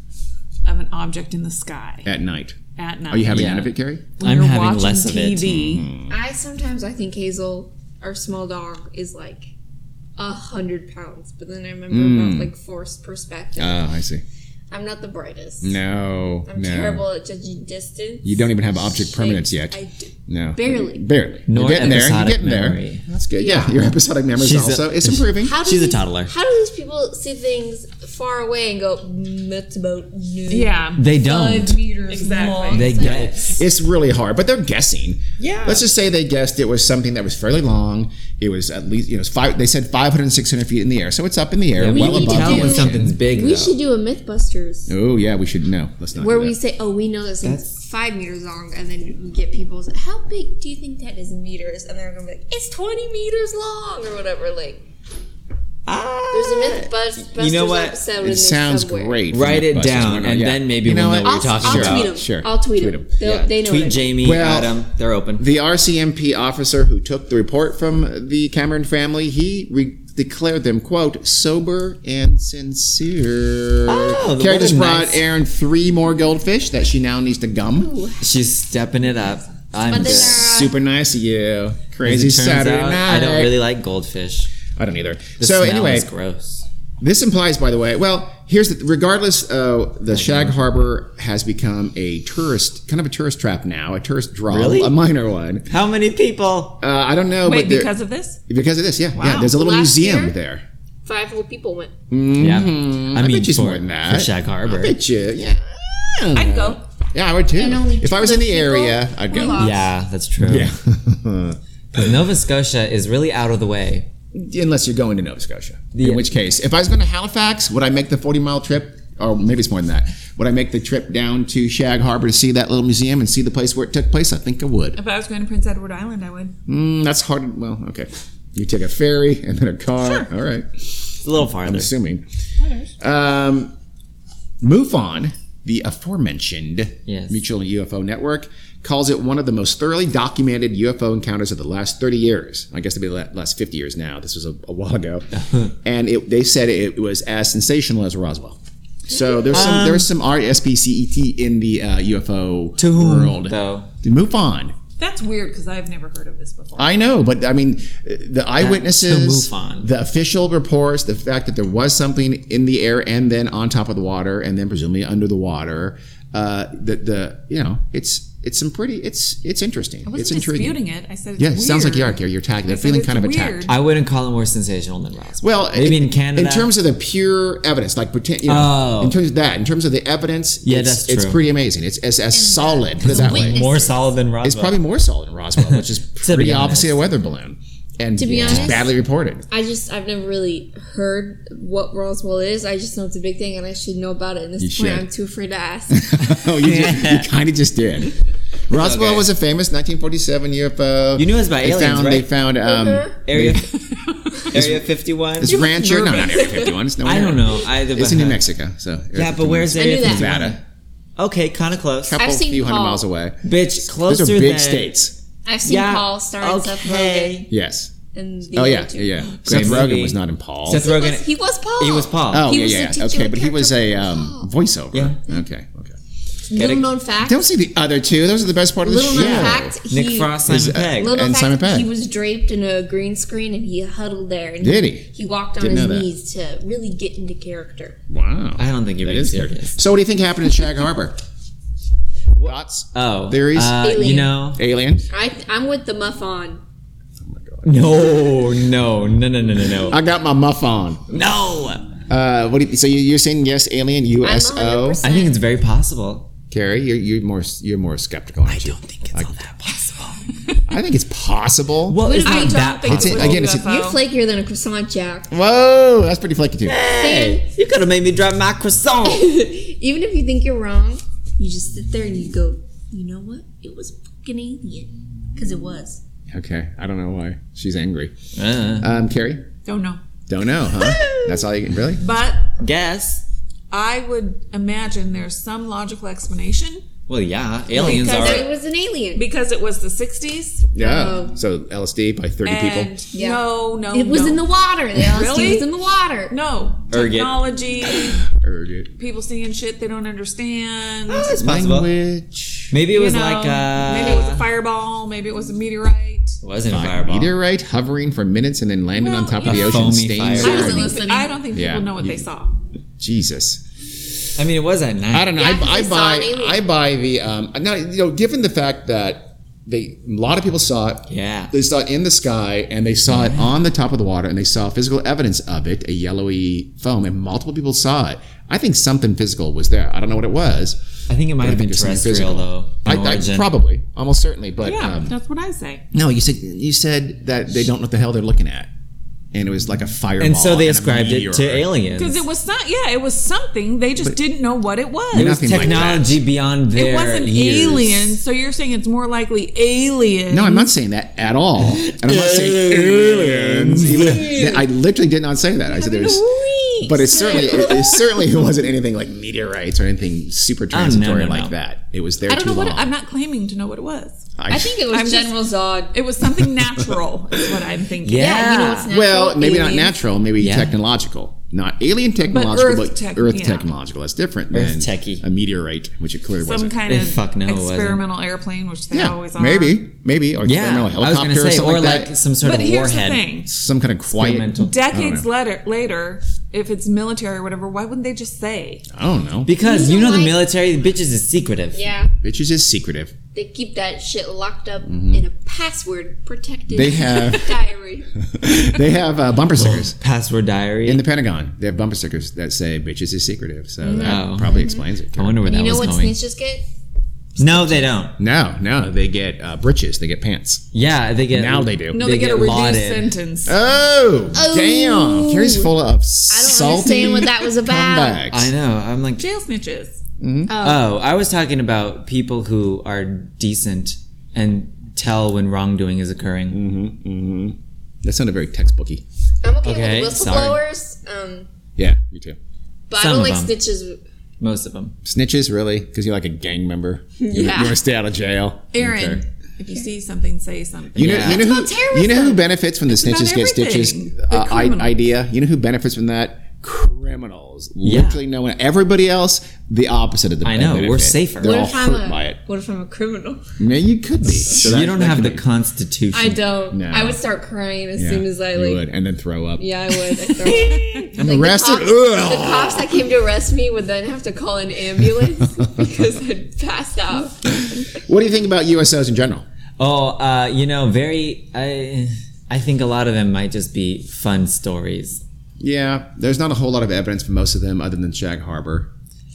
S1: of an object in the sky
S5: at night.
S1: at night.
S5: Are Oh, you having
S2: Yeah.
S5: none of it, Carrie?
S1: When
S2: I'm
S1: you're
S2: having
S1: watching
S2: less of it.
S1: TV,
S6: I sometimes I think Hazel, our small dog, is like a hundred pounds, but then I remember about like forced perspective.
S5: Oh, I see.
S6: I'm not the brightest.
S5: No,
S6: I'm
S5: no.
S6: terrible at judging distance.
S5: You don't even have object permanence yet.
S6: I do.
S5: no,
S6: barely.
S5: barely.
S2: Nor
S5: you're getting there. You're
S2: episodic
S5: getting
S2: memory.
S5: there. That's good. Yeah, your episodic memory is
S2: She's a-
S5: also it's improving.
S6: How do
S2: She's a
S6: these-
S2: toddler.
S6: How do these people see things far away and go, "Mm, that's about noon?
S1: yeah,
S2: They don't.
S6: Five meters
S1: Exactly.
S6: long.
S2: They
S6: It's like,
S2: get.
S5: It's really hard, but they're guessing.
S2: Yeah.
S5: Let's just say they guessed it was something that was fairly long. It was at least you know it's five. They said 500, 600 feet in the air, so it's up in the air,
S2: we
S5: well
S2: can
S5: above
S2: tell
S5: the
S2: when
S5: ocean.
S2: something's big.
S6: We
S2: though.
S6: should do a Mythbusters
S5: Oh yeah, we should know. Let's not.
S6: where
S5: do
S6: we
S5: that.
S6: say, oh, we know this
S2: That's-
S6: thing's five meters long, and then we get people say, how big do you think that is in meters? And they're going to be like, it's 20 meters long or whatever. Like,
S2: Ah.
S6: there's a Mythbusters
S2: You know what?
S6: episode. in
S5: It sounds
S6: somewhere.
S5: great.
S2: Write it
S5: Mythbusters, why
S2: down,
S5: not?
S2: and
S5: Yeah.
S2: then maybe
S5: You know
S2: we'll know
S5: what?
S2: what
S6: I'll,
S2: you're
S6: I'll
S2: talking about.
S6: tweet them.
S5: sure.
S6: I'll tweet,
S5: Tweet
S6: them.
S5: 'em.
S6: They'll- They know
S2: Tweet
S6: it.
S2: Jamie
S5: Well-
S2: Adam. They're open.
S5: The RCMP officer who took the report from the Cameron family, he re- declared them, quote, sober and sincere.
S2: Oh,
S5: Carrie
S2: what a
S5: just brought
S2: nice-
S5: Aaron three more goldfish that she now needs to gum.
S2: She's stepping it up. I'm
S6: they're-
S2: good.
S5: Super nice of you.
S2: As
S5: Crazy
S2: it turns
S5: Saturday
S2: out,
S5: night.
S2: I don't really like goldfish.
S5: I don't either.
S2: The
S5: so
S2: smell
S5: anyway,
S2: is gross.
S5: This implies, by the way, well, here's the, regardless, uh, the Shag Harbor has become a tourist, kind of a tourist trap now, a tourist draw,
S2: Really?
S5: a minor one.
S2: How many people?
S5: Uh, I don't know,
S1: wait
S5: but there-
S1: because of this.
S5: because of this, yeah, yeah. There's a little
S6: Last
S5: museum
S6: year?
S5: there.
S6: Five whole people went.
S2: Yeah, I mean,
S5: Mm-hmm. bet you it's
S2: for,
S5: more than that.
S2: for Shag Harbor.
S5: I bet you. Yeah.
S1: I'd go.
S5: Yeah, I would too.
S6: And only
S5: If I was
S6: two
S5: in the
S6: people
S5: area, I'd go.
S6: lost.
S2: Yeah, that's true.
S5: Yeah.
S2: But Nova Scotia is really out of the way.
S5: [LAUGHS] Unless you're going to Nova Scotia.
S2: Yeah.
S5: In which case, if I was going to Halifax, would I make the 40 mile trip? Or maybe it's more than that. Would I make the trip down to Shag Harbor to see that little museum and see the place where it took place? I think I would.
S1: If I was going to Prince Edward Island, I would.
S5: Mm, that's hard. Well, okay. You take a ferry and then a car. All right.
S2: It's a little farther.
S5: Assuming. Um, MUFON, the aforementioned
S2: Yes.
S5: Mutual UFO Network, calls it one of the most thoroughly documented UFO encounters of the last 30 years. I guess it'd be the last 50 years now. This was a, a while
S2: [LAUGHS]
S5: ago. and it, they said it was as sensational as Roswell. So there's
S2: Um,
S5: some there's some RSPCET E in the uh, UFO
S2: To whom,
S5: world.
S2: though?
S5: MUFON.
S1: That's weird because I've never heard of this before.
S5: I know, but I mean, uh, the eyewitnesses,
S2: the MUFON.
S5: the official reports, the fact that there was something in the air and then on top of the water and then presumably under the water. Uh, the the you know it's it's some pretty it's it's interesting. it's
S1: I wasn't
S5: intriguing.
S1: disputing it. I said it's
S5: Yeah, it sounds like you are.
S1: weird.
S5: You're, you're tagged.
S1: I
S5: They're
S1: said
S5: feeling
S1: it's
S5: kind of
S1: weird.
S5: attacked.
S2: I wouldn't call it more sensational than Roswell.
S5: Well,
S2: maybe in Canada.
S5: in terms of the pure evidence, like pretend, you know,
S2: Oh.
S5: in terms of that, in terms of the evidence,
S2: Yeah,
S5: it's,
S2: that's
S5: it's
S2: true.
S5: pretty amazing. It's as, as solid. Put it that way.
S6: witness-
S2: more solid than Roswell.
S5: It's probably more solid in Roswell, which is
S2: [LAUGHS] To be
S5: pretty opposite
S2: honest.
S5: of weather balloon, and
S6: To be
S5: just
S6: honest-
S5: badly
S2: [LAUGHS]
S5: reported. [LAUGHS]
S6: I just I've never really heard what Roswell is. I just know it's a big thing and I should know about it. And this
S5: You
S6: point,
S5: should.
S6: I'm too afraid to ask. [LAUGHS]
S5: oh, you, kind of just did. Roswell
S2: okay.
S5: was a famous 1947 UFO.
S2: You knew it was by
S5: they
S2: aliens,
S5: found, They
S2: right?
S5: found um,
S6: Uh-huh.
S2: Area Area 51.
S5: this rancher. No, not Area 51.
S2: [LAUGHS]
S5: It's nowhere
S2: I don't
S5: near.
S2: know. I,
S5: It's in New Mexico, so Area
S2: Yeah,
S5: 51
S2: but where's
S6: I
S2: Area
S6: knew that.
S2: 51?
S5: Nevada?
S2: Okay, kind of close.
S5: Couple,
S6: I've seen
S5: few hundred
S6: Paul.
S5: miles away.
S2: Bitch,
S5: Those
S2: closer
S5: are big
S2: than
S5: states.
S6: I've seen
S2: Yeah.
S6: Paul star in Seth Rogen.
S2: Okay.
S5: Yes.
S6: And the
S5: Oh
S6: other
S5: yeah,
S6: two.
S5: yeah. yeah. Seth Rogen
S2: movie.
S5: was not in Paul.
S2: Seth
S6: He was,
S2: Rogen.
S6: he was Paul.
S2: He was Paul.
S5: oh
S6: he
S5: yeah,
S6: was the
S5: yeah.
S6: teacher
S5: Okay,
S6: of
S5: but he was a um, voiceover.
S2: Yeah.
S5: Okay. Okay.
S6: Little known fact.
S5: Don't see the other two. Those are the best part of the
S6: little
S5: show.
S6: known fact. He,
S2: Nick Frost, Simon
S5: Is, uh,
S2: Pegg.
S6: Little known
S5: And
S6: fact,
S5: Simon Pegg.
S6: He was draped in a green screen and he huddled there. And
S5: Did he?
S6: He walked on
S5: Didn't know that.
S6: his knees to really get into character.
S5: Wow.
S2: I don't think you're
S5: That
S2: being
S5: is
S2: serious.
S5: So what do you think happened in Shag Harbor? Thoughts?
S2: Oh,
S5: Theories?
S2: Uh, you
S6: Alien.
S2: know,
S5: Alien?
S6: I, I'm with the muff on.
S2: no, no, no, no, no, no, no.
S5: I got my muff on.
S2: no.
S5: Uh, what do you, so you, you're saying yes, alien, USO?
S6: 100%.
S2: I think it's very possible.
S5: Carrie, you're, you're more you're more skeptical. Aren't
S2: I
S5: you?
S2: don't think it's all that possible.
S5: I think it's possible.
S2: Well, it's
S6: I
S2: not
S6: don't
S2: that
S6: think
S5: it's
S2: possible.
S5: again, it's
S1: UFO.
S6: You're flakier than a croissant, Jack.
S5: Whoa, that's pretty flaky too.
S2: Hey, you could have made me drop my croissant.
S6: Even if you think you're wrong, you just sit there and you go, you know what? It was a fucking alien. Because it was.
S5: Okay, I don't know why she's angry.
S2: uh,
S5: Um, Carrie,
S1: Don't know.
S5: don't know, huh? that's all you really?
S1: But
S2: guess.
S1: I would imagine there's some logical explanation
S2: Well, yeah, aliens
S1: Because
S2: are.
S6: It was an alien.
S1: because it was the 60s.
S5: Yeah. So LSD by thirty people.
S1: And
S6: Yeah.
S1: no, no,
S6: It was
S1: no.
S6: in the water. They all
S1: Really?
S6: it was in the water.
S1: No.
S2: Erg it.
S1: Technology,
S5: Heard it.
S1: people seeing shit they don't understand.
S2: It's possible.
S5: Language.
S2: Maybe it
S1: You
S2: was
S1: know,
S2: like uh,
S1: maybe it was a fireball, maybe it was a meteorite.
S2: It wasn't a fireball.
S5: Meteorite hovering for minutes and then landing on
S1: Well,
S5: top of
S2: yeah.
S5: the
S2: A
S5: ocean,
S2: foamy
S5: stains.
S2: fire.
S1: I don't,
S6: Sure.
S1: think,
S6: Listening.
S1: I don't think people
S5: Yeah.
S1: know what
S5: You-
S1: they saw.
S5: Jesus.
S2: I mean, it was at night.
S5: I don't know.
S6: Yeah, 'cause
S5: I, I
S6: they saw it,
S5: buy.
S6: they were-
S5: I buy the. Um, now you know, given the fact that they a lot of people saw it.
S2: Yeah.
S5: They saw it in the sky, and they saw it on the top of the water, and they saw physical evidence of it—a yellowy foam, and multiple people saw it. I think something physical was there. I don't know what it was.
S2: I think it might have been
S5: Just something
S2: terrestrial though.
S5: I,
S2: in
S5: I,
S2: origin.
S5: probably, almost certainly, but
S1: Yeah,
S5: um,
S1: that's what I say.
S5: no. You said you said that they don't know what the hell they're looking at, and it was like a fireball.
S2: and so they
S5: a
S2: ascribed it to
S5: meteor.
S2: aliens.
S1: Because it was some, yeah, it was something. They just didn't know what it was.
S2: It was
S5: Nothing like
S2: technology beyond their
S1: it wasn't
S2: years.
S1: alien, so you're saying it's more likely alien.
S5: No, I'm not saying that at all. And I'm not saying aliens. Even if- I literally did not say that. I said there's. But it's certainly it, it certainly [LAUGHS] wasn't anything like meteorites or anything super
S2: Oh, no,
S5: transitory
S2: no,
S5: like
S2: no.
S5: that. It was there
S1: I don't
S5: too
S1: know what.
S5: long.
S1: I'm not claiming to know what it was.
S5: I-
S6: I think it was
S1: I'm just-
S6: General Zod.
S1: It was something natural, is what I'm thinking.
S2: Yeah.
S6: Yeah, you know what's natural?
S5: well, maybe not
S1: alien.
S5: natural, maybe
S2: Yeah.
S5: technological. Not alien technological,
S1: Earth
S5: but Earth,
S1: tech- yeah.
S5: technological. That's different
S2: Earth
S5: than
S2: techie.
S5: a meteorite, which it clearly
S1: Some
S5: wasn't.
S1: kind
S2: It
S1: of
S2: fuck no, it wasn't.
S1: experimental airplane, which they
S5: yeah,
S1: always are.
S5: maybe, maybe, or
S2: Yeah,
S5: experimental
S2: I was
S5: helicopter
S2: going to
S5: or
S2: say,
S5: something
S2: or
S5: like
S2: like,
S5: that.
S2: some sort
S1: But
S2: of
S1: here's
S2: warhead.
S1: the thing:
S5: some kind of quiet.
S2: Experimental.
S1: decades
S5: know.
S1: later, later, if it's military or whatever, why wouldn't they just say?
S5: I don't know.
S2: Because you know the
S6: Like-
S2: military, the bitches is secretive.
S6: Yeah,
S5: Bitches is secretive.
S6: they keep that shit locked up
S2: Mm-hmm.
S6: in a password protected
S5: They have-
S2: [LAUGHS]
S6: [LAUGHS] diary.
S5: they have uh, bumper stickers.
S2: Password diary.
S5: In the Pentagon, they have bumper stickers that say "bitches is secretive," so
S2: No.
S5: that probably explains it.
S2: I wonder where
S6: you
S2: that
S6: know
S2: was
S6: what
S2: going.
S6: snitches get?
S2: No, they don't.
S5: No, no, they get uh, britches, they get pants.
S2: Yeah, they get
S5: Now they do.
S1: No, they, get, a reduced
S2: lauded.
S1: sentence.
S5: Oh,
S6: Oh.
S5: damn! Carrie's full of salty.
S6: understand what that was about.
S5: comebacks.
S2: I know. I'm like,
S1: Jail snitches.
S2: oh, I was talking about people who are decent and tell when wrongdoing is occurring.
S5: Mm-hmm. That sounded very textbooky.
S6: I'm okay,
S2: Okay,
S6: with
S2: sorry.
S6: whistleblowers, um,
S5: Yeah, me too.
S6: but
S2: Some
S6: I don't
S2: of
S6: like
S2: them.
S6: snitches.
S2: Most of them.
S5: Snitches, really? Because you're like a gang member. You,
S6: [LAUGHS] Yeah.
S5: want to stay out of jail,
S1: Aaron,
S5: Okay.
S1: if you see something, say something.
S5: You know,
S2: Yeah.
S5: you know
S6: It's
S5: who
S6: about terrorism.
S5: you know who benefits from the
S1: about
S5: snitches get stitches
S1: everything.
S5: uh,
S1: The
S5: I-
S1: criminals.
S5: idea. You know who benefits from that? Criminals. criminals.
S2: Yeah.
S5: Literally no one. Everybody else, the opposite of the.
S2: I know,
S5: benefit.
S2: we're safer.
S5: They're
S6: What
S5: all
S6: if
S5: [LAUGHS]
S6: I'm
S5: hurt by
S6: a
S5: it.
S6: What if I'm a criminal? [LAUGHS]
S5: Yeah, you could be. So
S2: you
S5: that-
S2: don't
S5: that
S2: have
S5: could
S2: the
S5: be-
S2: constitution.
S6: I don't.
S5: No.
S6: I would start crying as
S5: Yeah,
S6: soon as I
S5: you
S6: like.
S5: would, and then throw up.
S6: Yeah, I would. I'd throw-
S5: I'm arrested.
S6: The cops, the cops that came to arrest me would then have to call an ambulance because I'd passed out.
S5: What do you think about USOs in general?
S2: Oh, uh, you know, very. I, I think a lot of them might just be fun stories,
S5: Yeah, there's not a whole lot of evidence for most of them, other than Shag Harbor.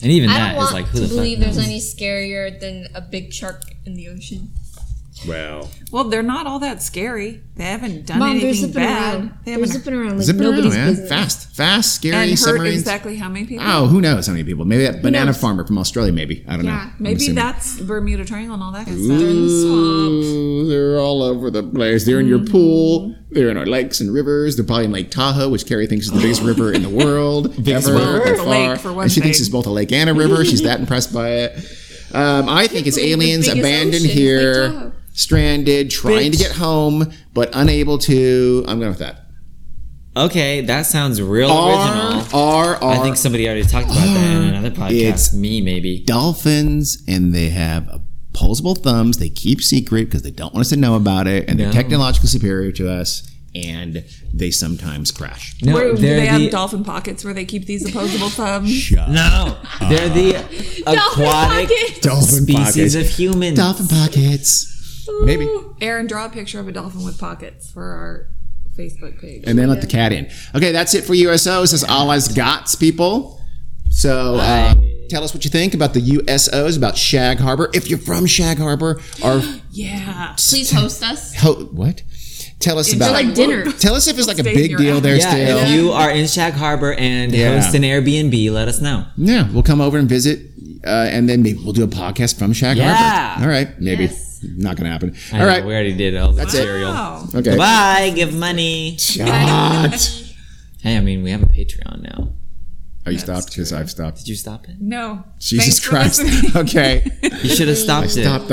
S2: and even
S6: I
S2: that
S6: don't
S2: is
S6: want
S2: like who
S6: to
S2: the fuck
S6: believe there's
S2: knows?
S6: any scarier than a big shark in the ocean.
S5: Well,
S1: Well, they're not all that scary. They haven't done
S6: Mom, they're
S1: anything
S6: zipping
S1: bad.
S6: around.
S1: They
S6: They're
S1: haven't
S6: zipping around like
S5: zip it around,
S6: nobody's
S5: man.
S6: business.
S5: Fast, fast, scary
S1: and hurt
S5: submarines.
S1: exactly how many people?
S5: Oh, who knows how many people? Maybe that banana
S6: knows?
S5: farmer from Australia. Maybe I don't know.
S6: Yeah,
S5: I'm
S1: Maybe
S5: assuming.
S1: that's Bermuda Triangle and all that kind of
S6: They're
S1: stuff.
S6: in the swamp.
S5: Ooh, they're all over the place. They're in
S2: Mm.
S5: your pool. They're in our lakes and rivers. They're probably in Lake Tahoe, which Carrie thinks is the biggest river in the
S2: [LAUGHS]
S5: world. biggest
S1: river. It's a lake, for one
S5: and she thinks
S1: thing.
S5: it's both a lake and a river. She's that impressed by it. Um, I think it's aliens
S6: biggest
S5: abandoned
S6: ocean is Lake
S5: here,
S6: Tahoe.
S5: stranded, trying to
S2: Bitch.
S5: get home, but unable to. I'm going with that.
S2: Okay, that sounds real
S5: R
S2: original.
S5: R
S2: I
S5: R.
S2: think somebody already talked about that in
S5: [GASPS]
S2: another podcast.
S5: It's-
S2: me, maybe.
S5: dolphins and they have opposable thumbs they keep secret because they don't want us to know about it and they're
S2: No.
S5: technologically superior to us and they sometimes crash
S2: No,
S1: Where, do
S2: they're
S1: they
S2: the-
S1: have dolphin pockets where they keep these
S5: [LAUGHS]
S1: opposable thumbs?
S2: No,
S1: [LAUGHS]
S2: they're the aquatic
S5: dolphin
S2: species of humans.
S5: dolphin pockets maybe
S1: Aaron, draw a picture of a dolphin with pockets for our Facebook page.
S5: and then let the cat in okay that's it for usos that's all i've got people so uh, tell us what you think about the usos about shag harbor if you're from shag harbor or
S2: [GASPS]
S1: Yeah.
S6: Please host us.
S5: ho- what tell us about
S6: like dinner.
S5: tell us if it's like a
S1: Stay in
S5: big
S1: your
S5: deal
S1: house.
S5: there
S2: yeah,
S5: still
S2: if you are in Shag Harbor and
S5: Yeah.
S2: host an Airbnb, let us know.
S5: Yeah, we'll come over and visit, uh, and then maybe we'll do a podcast from Shag
S2: Yeah.
S5: Harbor. All right, maybe not going to happen. All
S2: I know,
S5: right,
S2: we already did all the
S5: That's it.
S2: material.
S1: Wow.
S5: okay.
S2: Bye, give money.
S5: God.
S2: Hey, I mean, we have a Patreon now.
S5: Are Oh, you stopped? Because I've stopped.
S2: Did you stop it?
S1: No.
S5: Jesus
S1: Thanks for
S5: Christ.
S1: listening.
S5: [LAUGHS] okay,
S2: You should have stopped it.
S5: stop the